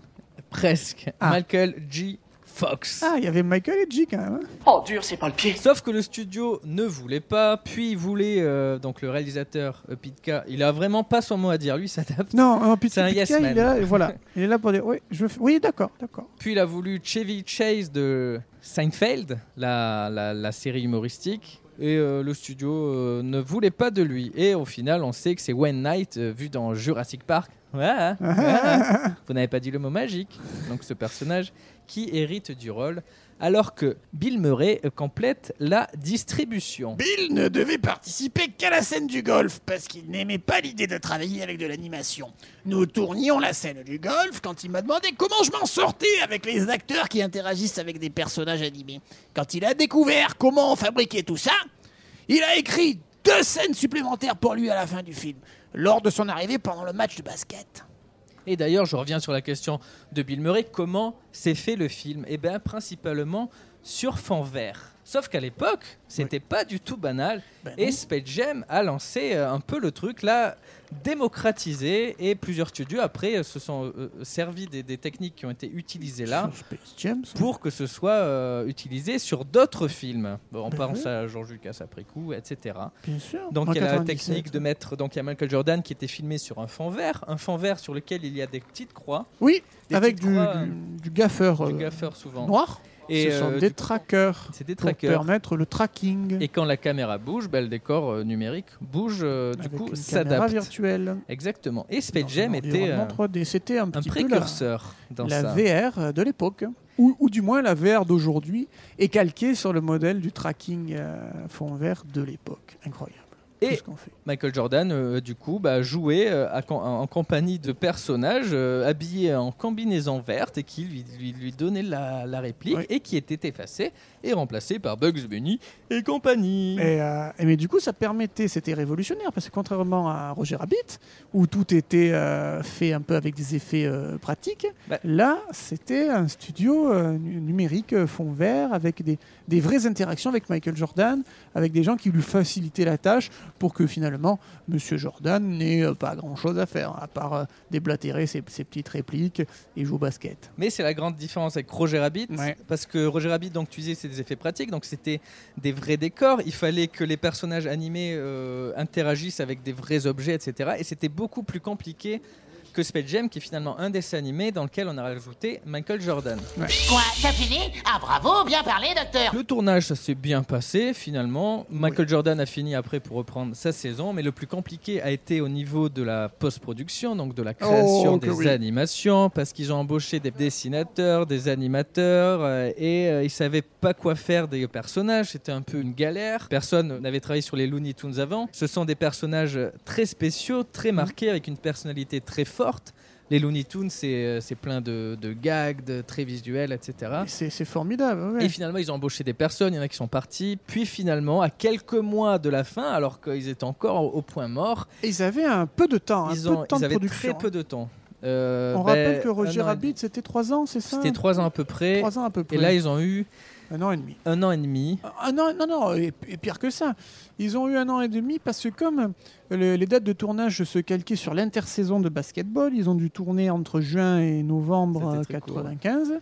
Speaker 2: Presque.
Speaker 3: Ah.
Speaker 2: Michael G. Fox.
Speaker 3: Ah, il y avait Michael et G quand même. hein.
Speaker 8: Oh, dur, c'est pas le pied.
Speaker 2: Sauf que le studio ne voulait pas, puis il voulait, euh, donc le réalisateur euh, Pitka, il a vraiment pas son mot à dire, lui il s'adapte.
Speaker 3: Non, non, Pete-
Speaker 2: C'est un
Speaker 3: Pete
Speaker 2: yes
Speaker 3: Kai,
Speaker 2: man.
Speaker 3: il est là, et voilà. Il est là pour dire, oui, je fais- oui d'accord, d'accord.
Speaker 2: Puis il a voulu Chevy Chase de Seinfeld, la, la- la série humoristique, et euh, le studio euh, ne voulait pas de lui. Et au final, on sait que c'est Wayne Knight euh, vu dans Jurassic Park. Ouais, hein, ouais, hein. Vous n'avez pas dit le mot magique. Donc ce personnage qui hérite du rôle, alors que Bill Murray euh, complète la distribution.
Speaker 11: Bill ne devait participer qu'à la scène du golf parce qu'il n'aimait pas l'idée de travailler avec de l'animation. Nous tournions la scène du golf quand il m'a demandé comment je m'en sortais avec les acteurs qui interagissent avec des personnages animés. Quand il a découvert comment on fabriquait tout ça, il a écrit deux scènes supplémentaires pour lui à la fin du film, lors de son arrivée pendant le match de basket.
Speaker 2: Et d'ailleurs, je reviens sur la question de Bill Murray, comment s'est fait le film Eh bien, principalement sur fond vert. Sauf qu'à l'époque, c'était pas du tout banal.
Speaker 11: Ben
Speaker 2: et Space Jam a lancé euh, un peu le truc là, démocratisé. Et plusieurs studios après euh, se sont euh, euh, servis des, des techniques qui ont été utilisées là
Speaker 3: James
Speaker 2: pour que ce soit euh, utilisé sur d'autres films. Bon, on
Speaker 3: Ben
Speaker 2: pense
Speaker 3: oui.
Speaker 2: à George Lucas après coup, etc.
Speaker 3: Bien sûr.
Speaker 2: Donc
Speaker 3: En
Speaker 2: il y a la
Speaker 3: 97.
Speaker 2: technique de mettre donc il y a Michael Jordan qui était filmé sur un fond vert, un fond vert sur lequel il y a des petites croix.
Speaker 3: Oui,
Speaker 2: Des
Speaker 3: avec
Speaker 2: petites
Speaker 3: du,
Speaker 2: croix,
Speaker 3: du- du gaffeur
Speaker 2: du
Speaker 3: euh,
Speaker 2: gaffeur souvent.
Speaker 3: noir.
Speaker 2: Et,
Speaker 3: Ce sont
Speaker 2: euh,
Speaker 3: des
Speaker 2: du coup,
Speaker 3: trackers
Speaker 2: C'est des
Speaker 3: pour
Speaker 2: trackers.
Speaker 3: permettre le tracking.
Speaker 2: Et quand la caméra bouge, ben, le décor euh, numérique bouge, euh, du
Speaker 3: Avec
Speaker 2: coup
Speaker 3: une caméra
Speaker 2: s'adapte.
Speaker 3: virtuelle.
Speaker 2: Exactement. Et Space Jam était
Speaker 3: Environnement
Speaker 2: euh,
Speaker 3: 3D. C'était un
Speaker 2: un
Speaker 3: petit peu la-
Speaker 2: précurseur dans
Speaker 3: la
Speaker 2: ça.
Speaker 3: VR de l'époque, ou, ou du moins la VR d'aujourd'hui, est calquée sur le modèle du tracking euh, fond vert de l'époque. Incroyable.
Speaker 2: Et
Speaker 3: Tout ce qu'on fait.
Speaker 2: Michael Jordan, euh, du coup, bah, jouait euh, à com- en compagnie de personnages euh, habillés en combinaison verte et qui lui, lui, lui donnaient la, la réplique
Speaker 3: Ouais.
Speaker 2: et qui était effacée et remplacée par Bugs Bunny et compagnie.
Speaker 3: Et, euh, et mais du coup, ça permettait, c'était révolutionnaire, parce que contrairement à Roger Rabbit, où tout était euh, fait un peu avec des effets euh, pratiques,
Speaker 2: Bah.
Speaker 3: là, c'était un studio euh, nu- numérique euh, fond vert, avec des, des vraies interactions avec Michael Jordan, avec des gens qui lui facilitaient la tâche pour que finalement, Monsieur Jordan n'ait euh, pas grand-chose à faire, à part euh, déblatérer ses, ses petites répliques et jouer au basket.
Speaker 2: Mais c'est la grande différence avec Roger Rabbit,
Speaker 3: Ouais.
Speaker 2: parce que Roger Rabbit, donc tu disais, c'est des effets pratiques, donc c'était des vrais décors. Il fallait que les personnages animés euh, interagissent avec des vrais objets, etc. Et c'était beaucoup plus compliqué que Space Jam, qui est finalement un dessin animé dans lequel on a rajouté Michael Jordan.
Speaker 8: Quoi, t'as fini Ah, bravo, bien parlé, docteur.
Speaker 2: Le tournage, ça s'est bien passé finalement. Michael Jordan a fini après pour reprendre sa saison, mais le plus compliqué a été au niveau de la post-production, donc de la création
Speaker 3: Oh, que
Speaker 2: des
Speaker 3: oui.
Speaker 2: animations, parce qu'ils ont embauché des dessinateurs, des animateurs, euh, et euh, ils savaient pas quoi faire des personnages. C'était un peu une galère. Personne n'avait travaillé sur les Looney Tunes avant. Ce sont des personnages très spéciaux, très marqués, avec une personnalité très forte. les Looney Tunes, c'est euh, c'est plein de, de gags, de traits visuels, etc.
Speaker 3: C'est c'est formidable. ouais.
Speaker 2: Ah. Et finalement, ils ont embauché des personnes, il y en a qui sont partis. Puis finalement, à quelques mois de la fin, alors qu'ils étaient encore au- au point mort,
Speaker 3: Et Ils avaient un peu de temps, un
Speaker 2: ils,
Speaker 3: peu
Speaker 2: ont,
Speaker 3: de temps
Speaker 2: ils
Speaker 3: de
Speaker 2: avaient
Speaker 3: production. hein.
Speaker 2: très peu de temps. Euh,
Speaker 3: On
Speaker 2: ben,
Speaker 3: rappelle que Roger
Speaker 2: un an et-
Speaker 3: Rabbit, c'était 3 ans, c'est ça
Speaker 2: C'était trois ans à peu près.
Speaker 3: Trois ans à peu près.
Speaker 2: Et là, ils ont eu
Speaker 3: un an et demi.
Speaker 2: Un an et demi.
Speaker 3: Ah non, non, non, et, et pire que ça. Ils ont eu un an et demi parce que comme le- les dates de tournage se calquaient sur l'intersaison de basketball, ils ont dû tourner entre juin et novembre euh,
Speaker 2: C'était très court, hein.
Speaker 3: 95.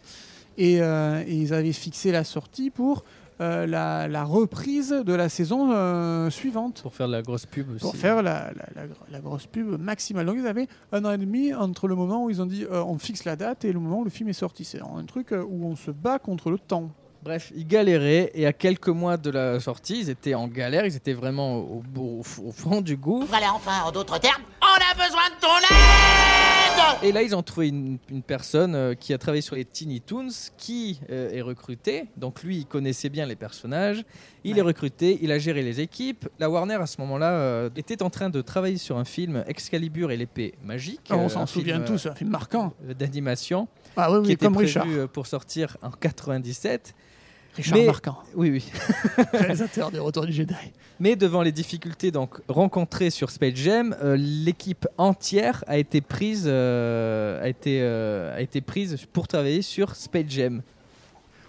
Speaker 3: Et, euh, et ils avaient fixé la sortie pour euh, la, la reprise de la saison euh, suivante.
Speaker 2: Pour faire de la grosse pub aussi.
Speaker 3: Pour faire la, la- la gr- la grosse pub maximale. Donc ils avaient un an et demi entre le moment où ils ont dit euh, on fixe la date et le moment où le film est sorti. C'est un truc euh, où on se bat contre le temps.
Speaker 2: Bref, ils galéraient et à quelques mois de la sortie, ils étaient en galère, ils étaient vraiment au, au- au fond du gouffre.
Speaker 8: Voilà, enfin, en d'autres termes, on a besoin de ton aide
Speaker 2: Et là, ils ont trouvé une, une personne euh, qui a travaillé sur les Teeny Toons, qui euh, est recrutée. Donc lui, il connaissait bien les personnages. Il est recruté, il a géré les équipes. La Warner, à ce moment-là, euh, était en train de travailler sur un film Excalibur et l'épée magique.
Speaker 3: Ah, on
Speaker 2: euh,
Speaker 3: s'en
Speaker 2: un film,
Speaker 3: souvient
Speaker 2: euh,
Speaker 3: tous, un film marquant.
Speaker 2: euh, d'animation.
Speaker 3: Ah oui, oui,
Speaker 2: qui était
Speaker 3: comme
Speaker 2: prévu
Speaker 3: Richard.
Speaker 2: euh, pour sortir en 97.
Speaker 3: Richard Marquand.
Speaker 2: Oui, oui.
Speaker 3: Réalisateur de Retour du Jedi.
Speaker 2: Mais devant les difficultés donc rencontrées sur Space Jam, euh, l'équipe entière a été prise, euh, a été, euh, a été prise pour travailler sur Space Jam.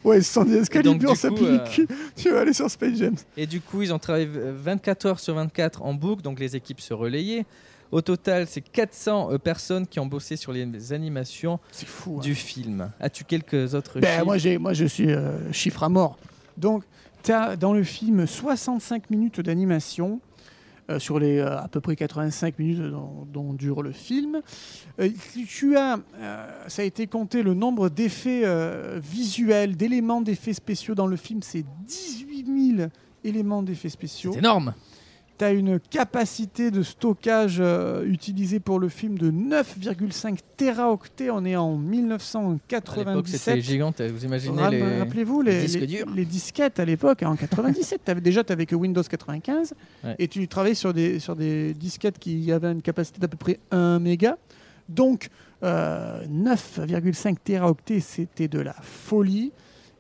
Speaker 3: Ouais, ils se sont dit
Speaker 2: Et donc,
Speaker 3: Excalibur,
Speaker 2: du
Speaker 3: ça
Speaker 2: coup,
Speaker 3: pue
Speaker 2: euh,
Speaker 3: le cul. Tu vas aller sur Space Jam.
Speaker 2: Et du coup, ils ont travaillé euh, 24 heures sur 24 en boucle, donc les équipes se relayaient. Au total, c'est 400 euh, personnes qui ont bossé sur les animations
Speaker 3: hein.
Speaker 2: du film. As-tu quelques autres
Speaker 3: Ben,
Speaker 2: chiffres
Speaker 3: moi, j'ai- moi, je suis euh, chiffre à mort. Donc, tu as dans le film 65 minutes d'animation. euh, sur les euh, à peu près 85 minutes dont, dont dure le film. Euh, tu as, euh, ça a été compté, le nombre d'effets euh, visuels, d'éléments d'effets spéciaux dans le film, c'est 18 000 éléments d'effets spéciaux.
Speaker 2: C'est énorme.
Speaker 3: Tu as une capacité de stockage euh, utilisée pour le film de 9,5 téraoctets. On est en
Speaker 2: À l'époque,
Speaker 3: 1997.
Speaker 2: c'était gigante. Vous imaginez
Speaker 3: Rap-
Speaker 2: les,
Speaker 3: Rappelez-vous
Speaker 2: les
Speaker 3: les,
Speaker 2: disques
Speaker 3: les-
Speaker 2: durs
Speaker 3: les disquettes à l'époque, en 97. t'avais- déjà, tu avais que Windows 95
Speaker 2: Ouais.
Speaker 3: et tu travaillais sur des, sur des disquettes qui avaient une capacité d'à peu près 1 méga. Donc, euh, 9,5 téraoctets, c'était de la folie.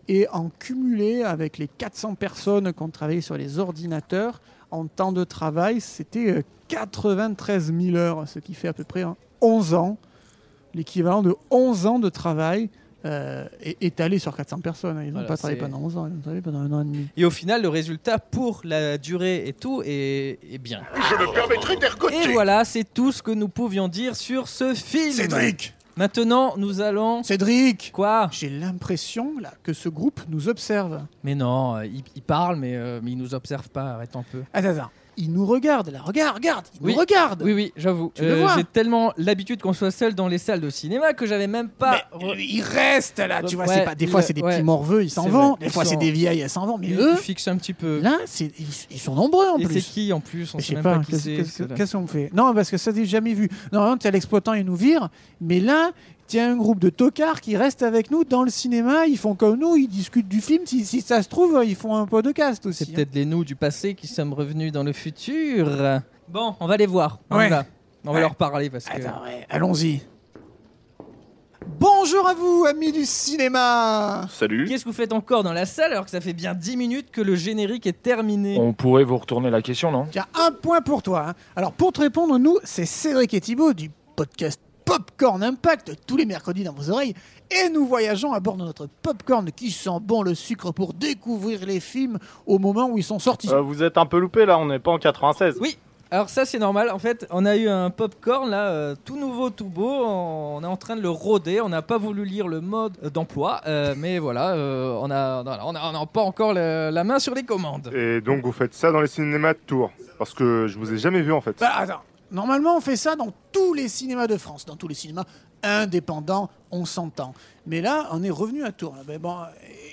Speaker 3: Et en cumulé avec les 400 personnes qui ont travaillé sur les ordinateurs, en temps de travail, c'était euh, 93 000 heures, ce qui fait à peu près hein, 11 ans l'équivalent de 11 ans de travail euh, é- étalé sur 400 personnes. hein. Ils n'ont
Speaker 2: Voilà,
Speaker 3: pas travaillé
Speaker 2: c'est-
Speaker 3: pendant 11 ans, ils ont travaillé pendant un an et demi.
Speaker 2: Et au final, le résultat pour la durée et tout est, est bien.
Speaker 9: Je me permettrai d'ergoter.
Speaker 2: Et voilà, c'est tout ce que nous pouvions dire sur ce film.
Speaker 3: Cédric
Speaker 2: Maintenant, nous allons.
Speaker 3: Cédric
Speaker 2: Quoi
Speaker 3: J'ai l'impression là que ce groupe nous observe.
Speaker 2: Mais non, euh, il, il parle, mais, euh, mais il nous observe pas. Arrête un peu.
Speaker 3: Attends, attends. Ils nous regardent là, regarde, regarde, ils
Speaker 2: Oui.
Speaker 3: nous regardent
Speaker 2: Oui, oui, j'avoue. Euh,
Speaker 3: Tu le vois
Speaker 2: J'ai tellement l'habitude qu'on soit seul dans les salles de cinéma que j'avais même pas.
Speaker 3: Ils restent euh, là, tu vois, c'est
Speaker 2: Ah, Ouais,
Speaker 3: pas. Des fois
Speaker 2: le-
Speaker 3: c'est des
Speaker 2: ouais.
Speaker 3: petits morveux, ils s'en
Speaker 2: C'est
Speaker 3: vont.
Speaker 2: vrai,
Speaker 3: Des
Speaker 2: ils
Speaker 3: fois c'est
Speaker 2: sont-
Speaker 3: des vieilles, elles s'en vont. Mais
Speaker 2: Ils-
Speaker 3: eux,
Speaker 2: ils fixent un petit peu.
Speaker 3: là, c'est- ils, ils sont nombreux en
Speaker 2: Et
Speaker 3: plus.
Speaker 2: c'est qui en plus On
Speaker 3: Je
Speaker 2: sait
Speaker 3: sais
Speaker 2: même
Speaker 3: pas,
Speaker 2: pas, qui
Speaker 3: qu'est-ce
Speaker 2: c'est.
Speaker 3: qu'est-ce-
Speaker 2: ceux-là.
Speaker 3: qu'est-ce qu'on fait Non, parce que ça, t'es jamais vu. Normalement, t'as l'exploitant, il nous vire, mais là, t'as un groupe de tocards qui restent avec nous dans le cinéma, ils font comme nous, ils discutent du film, si, si ça se trouve, ils font un podcast aussi. hein.
Speaker 2: C'est peut-être les nous du passé qui sommes revenus dans le futur. Bon, on va les voir. On
Speaker 3: Ouais.
Speaker 2: y va. On va
Speaker 3: Ouais.
Speaker 2: leur parler parce que.
Speaker 3: Attends, ouais, allons-y. Bonjour à vous, amis du cinéma
Speaker 12: Salut.
Speaker 2: Qu'est-ce que vous faites encore dans la salle alors que ça fait bien 10 minutes que le générique est terminé
Speaker 12: On pourrait vous retourner la question, non
Speaker 3: Il y a un point pour toi. hein. Alors, pour te répondre, nous, c'est Cédric et Thibaut du podcast Popcorn Impact, tous les mercredis dans vos oreilles. Et nous voyageons à bord de notre popcorn qui sent bon le sucre pour découvrir les films au moment où ils sont sortis.
Speaker 13: Euh, vous êtes un peu loupé là, on n'est pas en 96.
Speaker 2: Oui, alors ça c'est normal. En fait, on a eu un popcorn là, euh, tout nouveau, tout beau. On on est en train de le rôder. On n'a pas voulu lire le mode euh, d'emploi, euh, mais voilà, euh, on a, voilà, on a, on a pas encore le- la main sur les commandes.
Speaker 14: Et donc vous faites ça dans les cinémas de Tours Parce que je vous ai jamais vu en fait.
Speaker 3: Bah, attends. Normalement, on fait ça dans tous les cinémas de France, dans tous les cinémas indépendants, on s'entend. Mais là, on est revenu à Tours. là. Ben bon,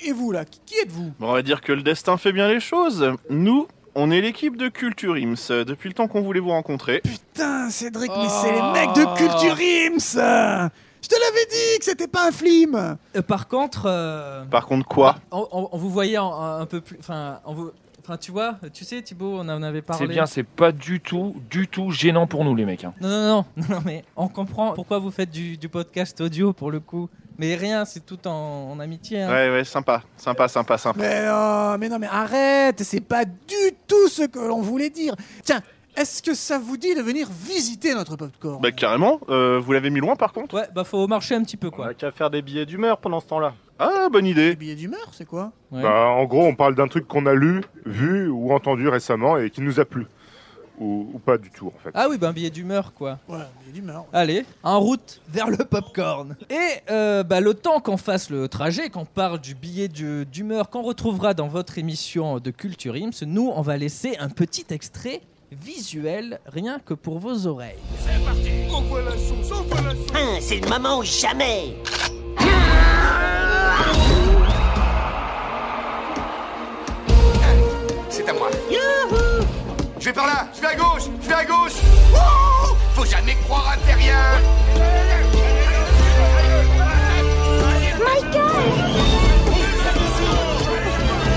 Speaker 3: et vous là, qui êtes-vous
Speaker 10: Bon, on va dire que le destin fait bien les choses. Nous, on est l'équipe de Culture Ims. euh, Depuis le temps qu'on voulait vous rencontrer.
Speaker 3: Putain, Cédric, mais c'est les mecs de Culture Ims Je te l'avais dit que c'était pas un film
Speaker 2: Euh, par contre, euh,
Speaker 10: Par contre, quoi
Speaker 2: on, on- on vous voyait en- en- un peu plus, enfin, on vous- enfin, Enfin, tu vois, tu sais, Thibaut, on en avait parlé.
Speaker 12: C'est bien, c'est pas du tout, du tout gênant pour nous, les mecs. hein.
Speaker 2: Non, non, non, non, mais on comprend pourquoi vous faites du, du podcast audio pour le coup. Mais rien, c'est tout en, en amitié. hein.
Speaker 10: Ouais, ouais, sympa, sympa, sympa, sympa.
Speaker 3: Mais non, mais non, mais arrête, c'est pas du tout ce que l'on voulait dire. Tiens, est-ce que ça vous dit de venir visiter notre popcorn
Speaker 10: Bah carrément, euh, vous l'avez mis loin par contre
Speaker 2: Ouais, bah faut marcher un petit peu quoi.
Speaker 10: On a qu'à faire des billets d'humeur pendant ce temps-là. Ah, bonne idée.
Speaker 3: Billet d'humeur, c'est quoi
Speaker 14: Bah, en gros, on parle d'un truc qu'on a lu, vu ou entendu récemment et qui nous a plu. Ou, ou pas du tout, en fait.
Speaker 2: Ah oui, bah un billet d'humeur quoi.
Speaker 3: Ouais, un billet d'humeur.
Speaker 2: Allez, en route vers le popcorn. Et euh, bah, le temps qu'on fasse le trajet, qu'on parle du billet du- d'humeur qu'on retrouvera dans votre émission de Culture Ims, nous on va laisser un petit extrait visuel rien que pour vos oreilles.
Speaker 1: C'est parti Envoie la sauce, envoie la sauce
Speaker 8: C'est le moment ou jamais
Speaker 9: C'est à moi. Je vais par là, je vais à gauche, je vais à gauche. Wouh Faut jamais croire à tes rien.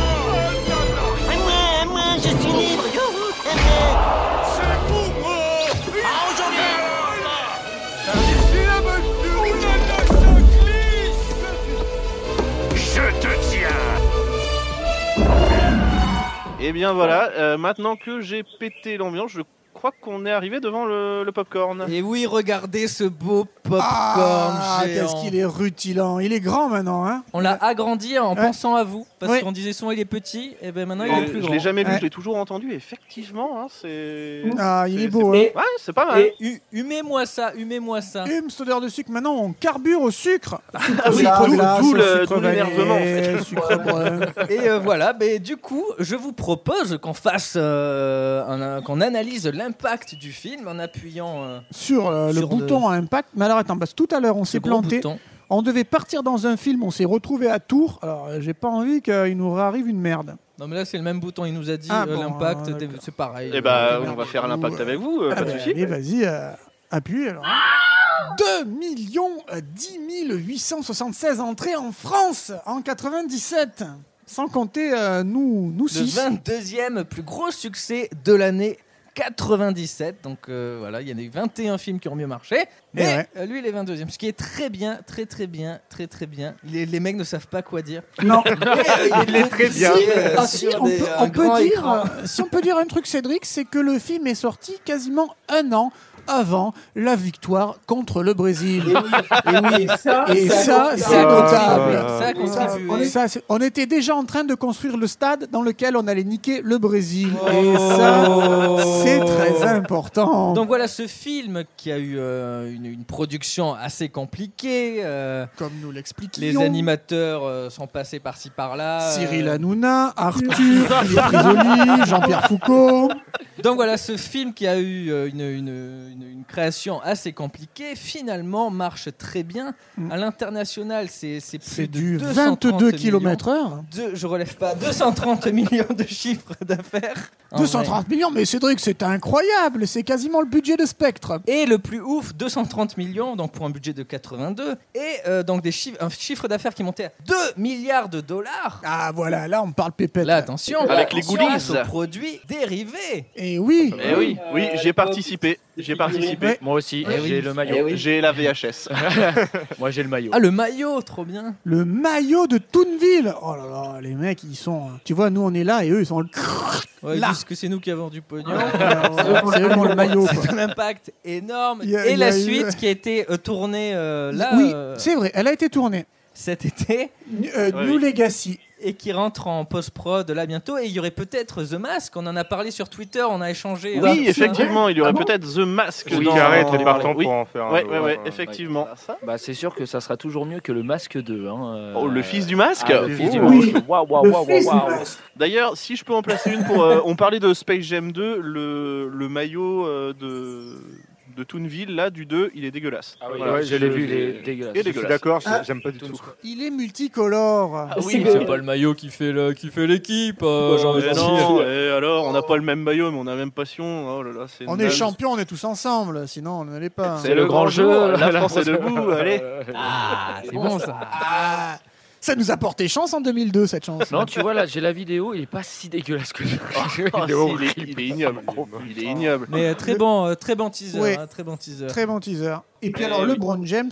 Speaker 8: Ah, Moi, ah, moi, je suis libre youhou, ah, ah. Ah, aujourd'hui
Speaker 9: Je te tiens.
Speaker 10: Eh bien voilà, euh, maintenant que j'ai pété l'ambiance, je crois qu'on est arrivé devant le, le popcorn.
Speaker 2: Et oui, regardez ce beau popcorn
Speaker 3: Ah,
Speaker 2: géant.
Speaker 3: qu'est-ce qu'il est rutilant. Il est grand maintenant, hein
Speaker 2: On l'a agrandi en
Speaker 3: Ouais.
Speaker 2: pensant à vous, parce
Speaker 3: Oui.
Speaker 2: qu'on disait son il est petit, et ben maintenant il
Speaker 10: Euh,
Speaker 2: est plus
Speaker 10: je
Speaker 2: grand.
Speaker 10: l'ai jamais vu,
Speaker 2: Ouais.
Speaker 10: je l'ai toujours entendu, effectivement. hein, c'est...
Speaker 3: Ah, il est beau, hein
Speaker 10: c'est- Ouais, c'est pas mal.
Speaker 2: Et hu- humez-moi ça, humez-moi ça.
Speaker 3: Hume, cette odeur de sucre, maintenant on carbure au sucre.
Speaker 10: oui,
Speaker 3: Sucre
Speaker 10: d'où-
Speaker 3: glace,
Speaker 10: d'où le-
Speaker 3: sucre
Speaker 10: d'où l'énervement, en
Speaker 3: vanillé,
Speaker 10: fait.
Speaker 3: sucre brun.
Speaker 2: Et euh, voilà, mais du coup, je vous propose qu'on fasse, euh, un- un- qu'on analyse l'impact du film en appuyant. euh,
Speaker 3: sur euh, le
Speaker 2: Sur
Speaker 3: bouton à impact. Mais alors attends, parce que tout à l'heure on s'est
Speaker 2: gros
Speaker 3: planté.
Speaker 2: bouton.
Speaker 3: On devait partir dans un film, on s'est retrouvé à Tours. Alors euh, j'ai pas envie qu'il nous arrive une merde.
Speaker 2: Non mais là c'est le même bouton, il nous a dit
Speaker 3: Ah,
Speaker 2: euh,
Speaker 3: bon,
Speaker 2: l'impact,
Speaker 3: euh,
Speaker 2: des- c'est pareil.
Speaker 10: Eh bah, on va faire l'impact avec vous, euh,
Speaker 3: Ah,
Speaker 10: pas de
Speaker 3: bah,
Speaker 10: souci.
Speaker 3: allez, vas-y, euh, appuyez alors. 2 millions euh, 10 876 entrées en France en 97. Sans compter euh, nous, nous
Speaker 2: Le
Speaker 3: six.
Speaker 2: 22e plus gros succès de l'année 97. Donc euh, voilà, il y en a eu 21 films qui ont mieux marché. Mais
Speaker 3: Eh ouais.
Speaker 2: euh, lui, il est 22e. Ce qui est très bien, très très bien, très très bien. Les, les mecs ne savent pas quoi dire.
Speaker 3: Non.
Speaker 2: il est très
Speaker 3: Si, euh, si, on, peut, on peut dire, euh, si on peut dire un truc, Cédric, c'est que le film est sorti quasiment un an avant la victoire contre le Brésil.
Speaker 15: Et ça,
Speaker 3: Et
Speaker 15: ça
Speaker 3: ça, c'est
Speaker 15: a contribué.
Speaker 3: notable.
Speaker 2: Ça a contribué.
Speaker 3: On, est- ça, c'est- on était déjà en train de construire le stade dans lequel on allait niquer le Brésil.
Speaker 2: Oh.
Speaker 3: Et ça, c'est très important.
Speaker 2: Donc voilà ce film qui a eu euh, une, une production assez compliquée. euh,
Speaker 3: Comme nous l'expliquions.
Speaker 2: les animateurs euh, sont passés par-ci par-là. euh,
Speaker 3: Cyril Hanouna, Arthur, Philippe Risoli, Jean-Pierre Foucault.
Speaker 2: Donc voilà, ce film qui a eu euh, une, une- une- une création assez compliquée, finalement marche très bien. À l'international, c'est c'est plus
Speaker 3: Mm. C'est
Speaker 2: de
Speaker 3: du
Speaker 2: 230
Speaker 3: 22
Speaker 2: millions. Ah,
Speaker 3: km/h.
Speaker 2: Deux- je relève pas, 230 millions de chiffres d'affaires. En vrai.
Speaker 3: 230 millions, mais Cédric, c'est incroyable, c'est quasiment le budget de Spectre.
Speaker 2: Et le plus ouf, 230 millions, donc pour un budget de 82, et euh, donc des chiffres, un chiffre d'affaires qui montait à 2 milliards de dollars.
Speaker 3: Ah voilà, là on parle pépette.
Speaker 2: Là, attention,
Speaker 10: Avec les
Speaker 2: attention à
Speaker 10: goodies.
Speaker 2: ce produit dérivé.
Speaker 3: Et oui,
Speaker 10: Eh oui, oui, j'ai participé, j'ai participé.
Speaker 12: Moi aussi,
Speaker 2: Eh oui.
Speaker 12: j'ai le maillot.
Speaker 10: J'ai la VHS.
Speaker 12: Moi, j'ai le maillot.
Speaker 2: Ah, le maillot, trop bien.
Speaker 3: le maillot de Toonville. Oh là là, les mecs, ils sont. Tu vois, nous on est là et eux ils sont. le-
Speaker 2: Ouais,
Speaker 3: Là.
Speaker 2: ils disent que c'est nous qui avons du pognon.
Speaker 3: c'est eux qui ont le maillot, quoi.
Speaker 2: C'est un impact énorme.
Speaker 3: Il y a-
Speaker 2: Et
Speaker 3: il y a
Speaker 2: la
Speaker 3: eu-
Speaker 2: suite qui a été euh, tournée euh, là
Speaker 3: oui,
Speaker 2: euh,
Speaker 3: c'est vrai, elle a été tournée.
Speaker 2: cet été
Speaker 3: Euh,
Speaker 10: Ouais,
Speaker 3: New
Speaker 10: oui.
Speaker 3: Legacy.
Speaker 2: et qui rentre en post-prod là bientôt. Et il y aurait peut-être The Mask. On en a parlé sur Twitter, on a échangé. euh,
Speaker 10: Oui,
Speaker 2: tout ça.
Speaker 10: effectivement, il y aurait peut-être The Mask
Speaker 12: Oui,
Speaker 10: dans...
Speaker 12: j'arrête,
Speaker 10: dans-
Speaker 12: les partants
Speaker 10: oui.
Speaker 14: pour en faire un
Speaker 10: Ouais,
Speaker 14: nouveau,
Speaker 10: ouais, ouais,
Speaker 14: ouais.
Speaker 10: effectivement.
Speaker 12: Bah, c'est sûr que ça sera toujours mieux que le masque 2. Hein. euh.
Speaker 10: Oh, le fils du masque
Speaker 12: Ah, le fils du
Speaker 10: Oui.
Speaker 12: masque. Waouh, waouh,
Speaker 10: Le
Speaker 12: waouh,
Speaker 10: fils du
Speaker 12: waouh.
Speaker 10: D'ailleurs, si je peux en placer une pour. euh, on parlait de Space Jam 2, le, le maillot euh, de, de Toonville, là, du 2, il est dégueulasse.
Speaker 12: Ah oui,
Speaker 10: Voilà,
Speaker 12: ouais, je l'ai vu, il est
Speaker 10: Il est
Speaker 12: dégueulasse.
Speaker 10: dégueulasse.
Speaker 14: Je suis d'accord, je- j'aime pas du tout.
Speaker 3: Il est multicolore.
Speaker 10: Ah
Speaker 12: oui,
Speaker 2: C'est pas le maillot qui fait le- qui fait l'équipe. euh,
Speaker 10: Eh
Speaker 2: Jean-Jacques.
Speaker 10: non, eh alors, on n'a pas le même maillot, mais on a la même passion. Oh là là, c'est
Speaker 3: on est
Speaker 10: naze.
Speaker 3: champion, on est tous ensemble, sinon on ne l'est pas. hein.
Speaker 10: C'est le grand jeu, la France est debout, allez.
Speaker 2: Ah, c'est bon ça.
Speaker 3: Ah, Ça nous a porté chance en 2002, cette chance.
Speaker 12: Non, tu vois, là, j'ai la vidéo, il est pas si dégueulasse que ça.
Speaker 10: il, Ah, est horrible, il est ignoble. Il est ignoble.
Speaker 2: Mais euh, très bon, euh, très bon teaser,
Speaker 3: Ouais.
Speaker 2: hein, très bon teaser.
Speaker 3: Très bon teaser. Et puis
Speaker 2: Euh,
Speaker 3: alors,
Speaker 2: oui.
Speaker 3: LeBron James,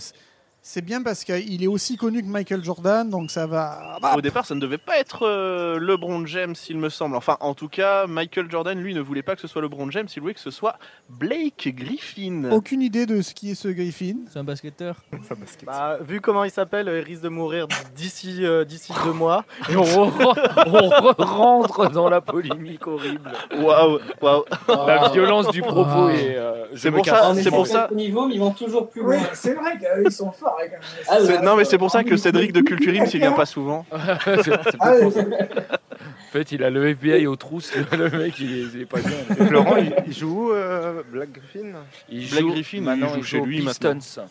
Speaker 3: c'est bien parce qu'il est aussi connu que Michael Jordan, donc ça va. bah,
Speaker 10: Au départ, ça ne devait pas être euh, LeBron James, il me semble. Enfin, en tout cas, Michael Jordan, lui, ne voulait pas que ce soit LeBron James, il voulait que ce soit Blake Griffin.
Speaker 3: aucune idée de ce qui est ce Griffin.
Speaker 2: C'est un basketteur.
Speaker 13: Bah, vu comment il s'appelle, euh, il risque de mourir d'ici euh, d'ici deux mois.
Speaker 12: Et on, re- on re- rentre dans la polémique horrible.
Speaker 10: Waouh, waouh.
Speaker 12: La violence du propos
Speaker 10: Ah.
Speaker 12: est. euh, je
Speaker 10: C'est
Speaker 12: me
Speaker 10: pour
Speaker 12: casse.
Speaker 10: ça, c'est pour ça.
Speaker 15: niveau, mais ils vont toujours plus
Speaker 16: Oui,
Speaker 15: loin.
Speaker 16: c'est vrai qu'eux, ils sont forts. hein, quand même.
Speaker 10: C'est- non, mais c'est pour
Speaker 2: Ah,
Speaker 10: ça que Cédric de Culturim, s'il vient pas souvent.
Speaker 12: C'est- c'est
Speaker 16: Ah,
Speaker 12: pour
Speaker 16: oui,
Speaker 12: ça. En fait, il a le FBI aux trousses. Le, le mec, il est, il est pas bien.
Speaker 13: Florent, il, il joue où, euh, Black Griffin
Speaker 12: Il
Speaker 10: Blake
Speaker 12: joue-
Speaker 10: Griffin,
Speaker 12: maintenant,
Speaker 10: il joue chez
Speaker 12: aux
Speaker 10: lui,
Speaker 12: Pistons.
Speaker 10: maintenant.
Speaker 12: Maintenant,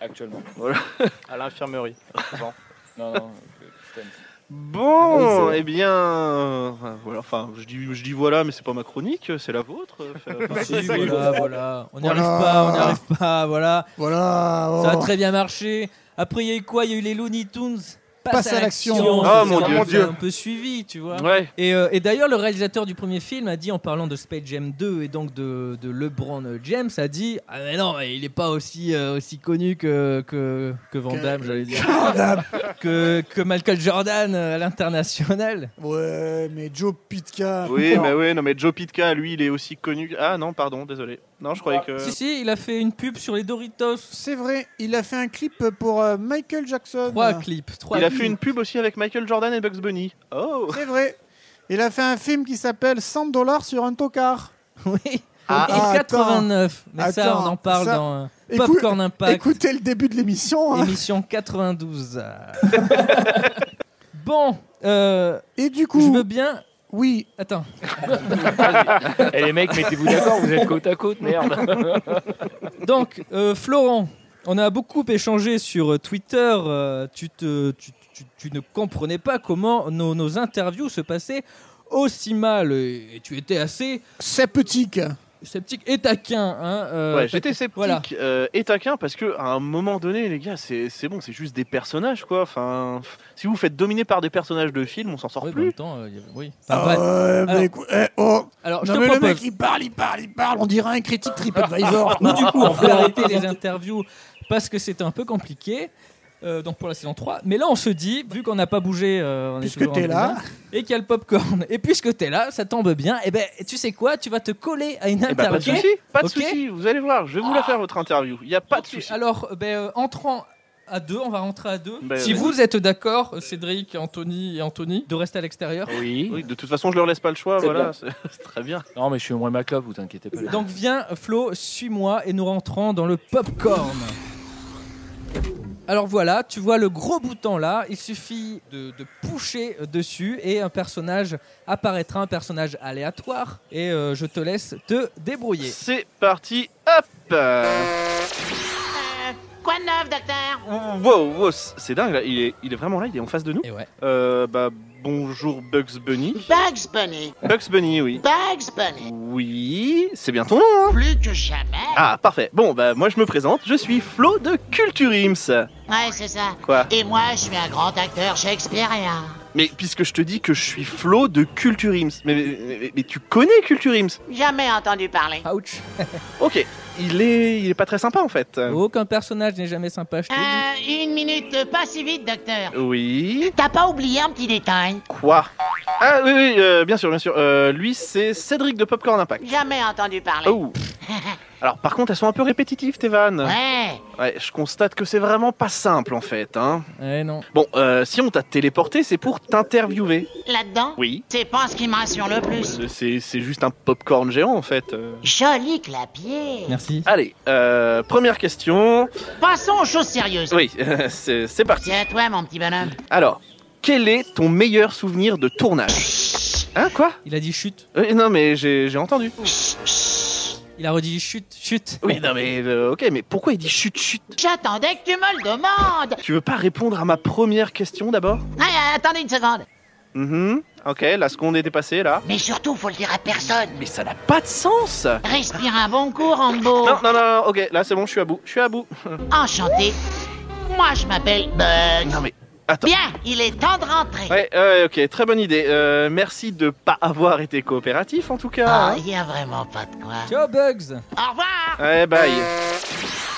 Speaker 12: actuellement.
Speaker 13: À l'infirmerie. souvent.
Speaker 12: Non, non, euh, Pistons.
Speaker 10: Bon,
Speaker 12: Oui, c'est-
Speaker 10: eh bien, euh, voilà. Enfin, je dis, je dis voilà, mais c'est pas ma chronique, c'est la vôtre. euh, Enfin,
Speaker 2: Si, voilà, voilà. On n'y
Speaker 10: Voilà.
Speaker 2: arrive pas, on n'y arrive pas, voilà.
Speaker 3: Voilà.
Speaker 2: Ça a
Speaker 10: oh.
Speaker 2: très bien marché. Après, il y a eu quoi Il y a eu les Looney Tunes.
Speaker 3: Passe à l'action.
Speaker 10: Ah, mon
Speaker 2: Ça,
Speaker 10: Dieu.
Speaker 2: on a Un peu suivi, tu vois.
Speaker 10: Ouais.
Speaker 2: Et, euh, et d'ailleurs, le réalisateur du premier film a dit, en parlant de Space Jam 2 et donc de, de LeBron James, a dit Ah, mais non, mais il n'est pas aussi, euh, aussi connu que, que, que Van Damme, j'allais dire.
Speaker 3: Oh,
Speaker 2: que, que Michael Jordan euh, à l'international.
Speaker 3: Ouais, mais Joe Pitka.
Speaker 10: Oui,
Speaker 3: putain.
Speaker 10: mais oui, non, mais Joe Pitka, lui, il est aussi connu. Ah non, pardon, désolé. Non, je croyais que.
Speaker 2: Si, si, il a fait une pub sur les Doritos.
Speaker 3: C'est vrai, il a fait un clip pour euh, Michael Jackson.
Speaker 2: Trois clips. Trois
Speaker 10: Il a
Speaker 2: clips.
Speaker 10: fait une pub aussi avec Michael Jordan et Bugs Bunny. Oh.
Speaker 3: C'est vrai. Il a fait un film qui s'appelle 100 dollars sur un tocard.
Speaker 2: Oui.
Speaker 3: Ah,
Speaker 2: et
Speaker 3: attends.
Speaker 2: 89. Mais ça,
Speaker 3: Attends,
Speaker 2: on en parle
Speaker 3: ça-
Speaker 2: dans euh,
Speaker 3: Écoute-
Speaker 2: Popcorn Impact.
Speaker 3: Écoutez le début de l'émission. hein.
Speaker 2: Émission 92. bon, euh,
Speaker 3: et du coup,
Speaker 2: je veux bien.
Speaker 3: Oui.
Speaker 2: Attends.
Speaker 12: Eh les mecs, mettez-vous d'accord, vous êtes côte à côte, merde.
Speaker 2: Donc, euh, Florent, on a beaucoup échangé sur euh, Twitter. euh, tu, te, tu, tu- tu ne comprenais pas comment nos, nos interviews se passaient aussi mal et, et tu étais assez
Speaker 3: sceptique,
Speaker 2: Ah sceptique et taquin. hein, euh,
Speaker 10: Ouais, j'étais
Speaker 2: parce-
Speaker 10: sceptique
Speaker 2: Voilà.
Speaker 10: euh, et taquin parce que à un moment donné, les gars, c'est c'est bon, c'est juste des personnages quoi. Enfin, pff, si vous vous faites dominer par des personnages de films, on s'en sort
Speaker 2: En
Speaker 10: plus.
Speaker 2: même temps, euh, il y avait- oui.
Speaker 3: Ah
Speaker 2: Enfin, bref.
Speaker 3: ouais, mais
Speaker 2: Alors-
Speaker 3: écou- eh, oh.
Speaker 2: Alors, je
Speaker 3: non,
Speaker 2: te
Speaker 3: mais le
Speaker 2: propose.
Speaker 3: mec, il parle, il parle, il parle. On dirait un critique TripAdvisor.
Speaker 2: Nous, du coup, on peut arrêter les interviews parce que c'était un peu compliqué. euh, donc pour la saison 3. Mais là, on se dit, vu qu'on n'a pas bougé, euh, on est
Speaker 3: Puisque
Speaker 2: toujours en
Speaker 3: t'es là.
Speaker 2: 2020, et qu'il y a le popcorn, et puisque t'es là, ça tombe bien. Et ben, tu sais quoi, tu vas te coller à une
Speaker 10: Eh ben,
Speaker 2: interview.
Speaker 10: pas de souci, pas de
Speaker 2: Ok
Speaker 10: souci. Vous allez voir, je vais vous la faire votre interview. Il y a pas de souci.
Speaker 2: Alors, euh, ben, euh, entrant à deux, on va rentrer à deux.
Speaker 10: Ben,
Speaker 2: si
Speaker 10: ouais.
Speaker 2: vous êtes d'accord, Cédric, Anthony et Anthony, de rester à l'extérieur.
Speaker 12: Oui.
Speaker 10: Oui, de toute façon, je leur laisse pas le choix.
Speaker 12: C'est
Speaker 10: Voilà,
Speaker 12: bien.
Speaker 10: c'est c'est très bien.
Speaker 12: Non, mais je suis au moins ma clope, vous inquiétez pas. les
Speaker 2: Donc viens Flo, suis-moi et nous rentrons dans le popcorn. Alors voilà, tu vois le gros bouton là, il suffit de, de pusher dessus et un personnage apparaîtra, un personnage aléatoire. Et euh, je te laisse te débrouiller.
Speaker 10: C'est parti, hop
Speaker 8: Euh, Quoi de neuf, docteur
Speaker 10: Wow, wow, c'est dingue, là. Il, est, il est vraiment là, il est en face de nous.
Speaker 2: Et ouais.
Speaker 10: Euh, bah, bonjour Bugs Bunny.
Speaker 8: Bugs Bunny.
Speaker 10: Bugs Bunny, oui.
Speaker 8: Bugs Bunny.
Speaker 10: Oui, c'est bien ton nom, hein
Speaker 8: Plus que jamais.
Speaker 10: Ah, parfait. Bon, bah, moi, je me présente, je suis Flo de Culture Ims.
Speaker 8: Ouais, c'est ça.
Speaker 10: Quoi
Speaker 8: Et moi, je suis un grand acteur shakespearien.
Speaker 10: Mais puisque je te dis que je suis Flo de Culture Ims, mais, mais- mais- mais tu connais Culture Ims
Speaker 8: Jamais entendu parler.
Speaker 2: Ouch.
Speaker 10: Ok, il est, il est pas très sympa, en fait.
Speaker 2: Aucun personnage n'est jamais sympa, je te dis.
Speaker 8: Euh, une minute, euh, pas si vite, docteur.
Speaker 10: Oui.
Speaker 8: T'as pas oublié un petit détail
Speaker 10: Quoi Ah, oui, oui, euh, bien sûr, bien sûr. Euh, lui, c'est Cédric de Popcorn Impact.
Speaker 8: Jamais entendu parler.
Speaker 10: Oh. Alors par contre, elles sont un peu répétitives tes vannes.
Speaker 8: Ouais.
Speaker 10: Ouais, je constate que c'est vraiment pas simple en fait. Hein.
Speaker 2: Eh non.
Speaker 10: Bon, euh, si on t'a téléporté, c'est pour t'interviewer.
Speaker 8: Là-dedans
Speaker 10: Oui.
Speaker 8: C'est pas ce qui m'assure le plus.
Speaker 10: Euh, C'est c'est juste un popcorn géant en fait. euh.
Speaker 8: Joli clapier.
Speaker 2: Merci.
Speaker 10: Allez, euh, première question.
Speaker 8: Passons aux choses sérieuses.
Speaker 10: Oui, c'est c'est parti.
Speaker 8: C'est à toi, mon petit bonhomme.
Speaker 10: Alors, quel est ton meilleur souvenir de tournage Hein, quoi
Speaker 2: Il a dit chute.
Speaker 10: Euh, Non, mais j'ai j'ai entendu.
Speaker 2: Il a redit chute, chute.
Speaker 10: Oui, non, mais euh, ok, mais pourquoi il dit chut chut
Speaker 8: J'attendais que tu me le demandes.
Speaker 10: Tu veux pas répondre à ma première question d'abord
Speaker 8: Ouais, euh, attendez une seconde.
Speaker 10: Mhm. Ok, la seconde est dépassée là.
Speaker 8: Mais surtout, faut le dire à personne.
Speaker 10: Mais ça n'a pas de sens
Speaker 8: Respire un bon coup, Rambo.
Speaker 10: Non, non, non, non, ok, là c'est bon, je suis à bout, je suis à bout.
Speaker 8: Enchanté. Moi, je m'appelle Bugs.
Speaker 10: non mais,
Speaker 17: Bien, il est temps de rentrer.
Speaker 8: Ouais, ouais, ok, très bonne idée. Euh, merci de pas avoir été coopératif en tout cas.
Speaker 17: Ah, il y a vraiment pas de quoi.
Speaker 2: Ciao Bugs
Speaker 17: Au revoir
Speaker 8: Ouais, bye.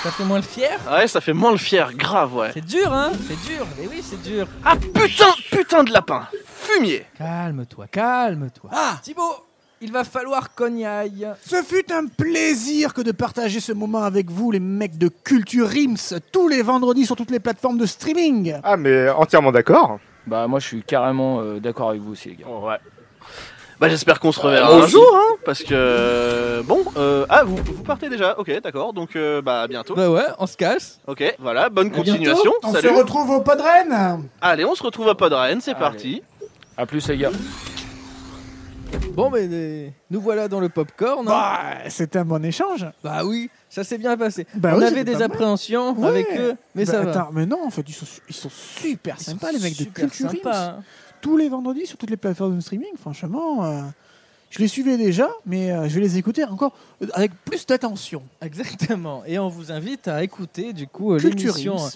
Speaker 2: Ça fait moins le fier
Speaker 8: Ah Ouais, ça fait moins le fier, grave, ouais.
Speaker 2: C'est dur, hein C'est dur, mais oui, c'est dur.
Speaker 8: Ah putain, putain de lapin Fumier
Speaker 2: Calme-toi, calme-toi.
Speaker 3: Ah
Speaker 2: Thibaut, il va falloir qu'on y aille.
Speaker 3: Ce fut un plaisir que de partager ce moment avec vous, les mecs de Culture Rims, tous les vendredis sur toutes les plateformes de streaming.
Speaker 14: Ah, mais entièrement d'accord.
Speaker 12: Bah, moi, je suis carrément euh, d'accord avec vous aussi, les gars.
Speaker 8: Ouais. Bah, j'espère qu'on se reverra
Speaker 3: Euh,
Speaker 8: un jour, hein, parce que. Bon, euh, ah, vous, vous partez déjà, ok, d'accord, donc euh, bah, à bientôt.
Speaker 2: Bah ouais, on se casse.
Speaker 8: Ok, voilà, bonne continuation.
Speaker 3: On
Speaker 8: Salut.
Speaker 3: se retrouve au Podren.
Speaker 8: Allez, on se retrouve à Podren, c'est parti.
Speaker 12: A plus, les gars.
Speaker 2: Bon, mais euh, nous voilà dans le popcorn. hein.
Speaker 3: Bah, c'était un bon échange.
Speaker 2: Bah oui, ça s'est bien passé.
Speaker 3: Bah
Speaker 2: on
Speaker 3: oui,
Speaker 2: avait
Speaker 3: c'était pas
Speaker 2: des
Speaker 3: mal.
Speaker 2: appréhensions
Speaker 3: Ouais.
Speaker 2: avec eux, mais
Speaker 3: Bah,
Speaker 2: ça va.
Speaker 3: attends, mais non, en fait, ils sont, su- ils sont super
Speaker 2: sont
Speaker 3: sympas, les mecs de
Speaker 2: super
Speaker 3: Culture Rims.
Speaker 2: sympas, hein.
Speaker 3: Tous les vendredis sur toutes les plateformes de streaming, franchement, euh, je les suivais déjà, mais euh, je vais les écouter encore euh, avec plus d'attention.
Speaker 2: Exactement. Et on vous invite à écouter du coup euh,
Speaker 3: Culture
Speaker 2: l'émission
Speaker 3: Ims.
Speaker 2: euh,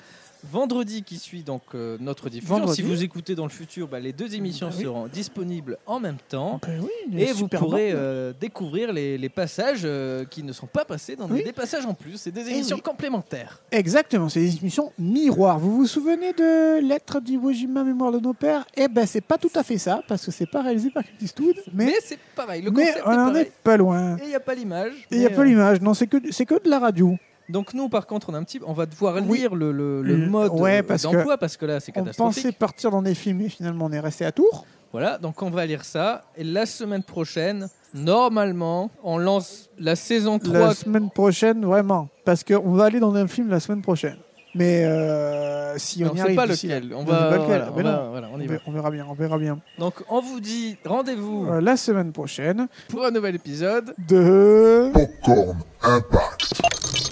Speaker 2: vendredi qui suit donc euh, notre diffusion.
Speaker 3: Vendredi.
Speaker 2: Si vous écoutez dans le futur, bah, les deux émissions
Speaker 3: Bah oui.
Speaker 2: seront disponibles en même temps.
Speaker 3: Ben oui, il est
Speaker 2: hein. Et vous
Speaker 3: super
Speaker 2: pourrez
Speaker 3: bon.
Speaker 2: euh, découvrir les, les passages euh, qui ne sont pas passés dans des-
Speaker 3: Oui.
Speaker 2: des passages en plus. C'est des
Speaker 3: Eh
Speaker 2: émissions
Speaker 3: oui.
Speaker 2: complémentaires.
Speaker 3: Exactement, c'est des émissions miroirs. Vous vous souvenez de Lettre d'Iwo Jima, Mémoire de nos pères Eh ben, c'est pas tout à fait ça, parce que c'est pas réalisé par Clint Eastwood, mais,
Speaker 2: Mais c'est pareil. Le
Speaker 3: mais
Speaker 2: concept
Speaker 3: on
Speaker 2: est
Speaker 3: en
Speaker 2: pareil.
Speaker 3: est pas loin.
Speaker 2: Et il n'y a pas l'image.
Speaker 3: Et il n'y a
Speaker 2: mais,
Speaker 3: pas
Speaker 2: euh,
Speaker 3: l'image, non, c'est que, c'est que de la radio.
Speaker 2: Donc nous, par contre, on a un petit, on va devoir
Speaker 3: Oui.
Speaker 2: lire le, le- le
Speaker 3: Le-
Speaker 2: mode
Speaker 3: ouais,
Speaker 2: euh,
Speaker 3: parce que
Speaker 2: d'emploi parce que là, c'est
Speaker 3: On
Speaker 2: catastrophique.
Speaker 3: pensait partir dans des films, mais finalement, on est resté à Tours.
Speaker 2: Voilà, donc on va lire ça. Et la semaine prochaine, normalement, on lance la saison 3.
Speaker 3: La semaine prochaine, vraiment. Parce qu'on va aller dans un film la semaine prochaine. Mais euh, si on
Speaker 2: Non,
Speaker 3: y
Speaker 2: c'est
Speaker 3: arrive
Speaker 2: pas
Speaker 3: d'ici là,
Speaker 2: lequel. On
Speaker 3: je
Speaker 2: va-
Speaker 3: dis pas lequel,
Speaker 2: voilà,
Speaker 3: mais
Speaker 2: on va-
Speaker 3: non.
Speaker 2: voilà, on y
Speaker 3: ver-
Speaker 2: va.
Speaker 3: verra bien, on verra bien.
Speaker 2: Donc on vous dit rendez-vous
Speaker 3: Euh, la semaine prochaine,
Speaker 2: pour un nouvel épisode.
Speaker 3: de...
Speaker 9: Popcorn Impact.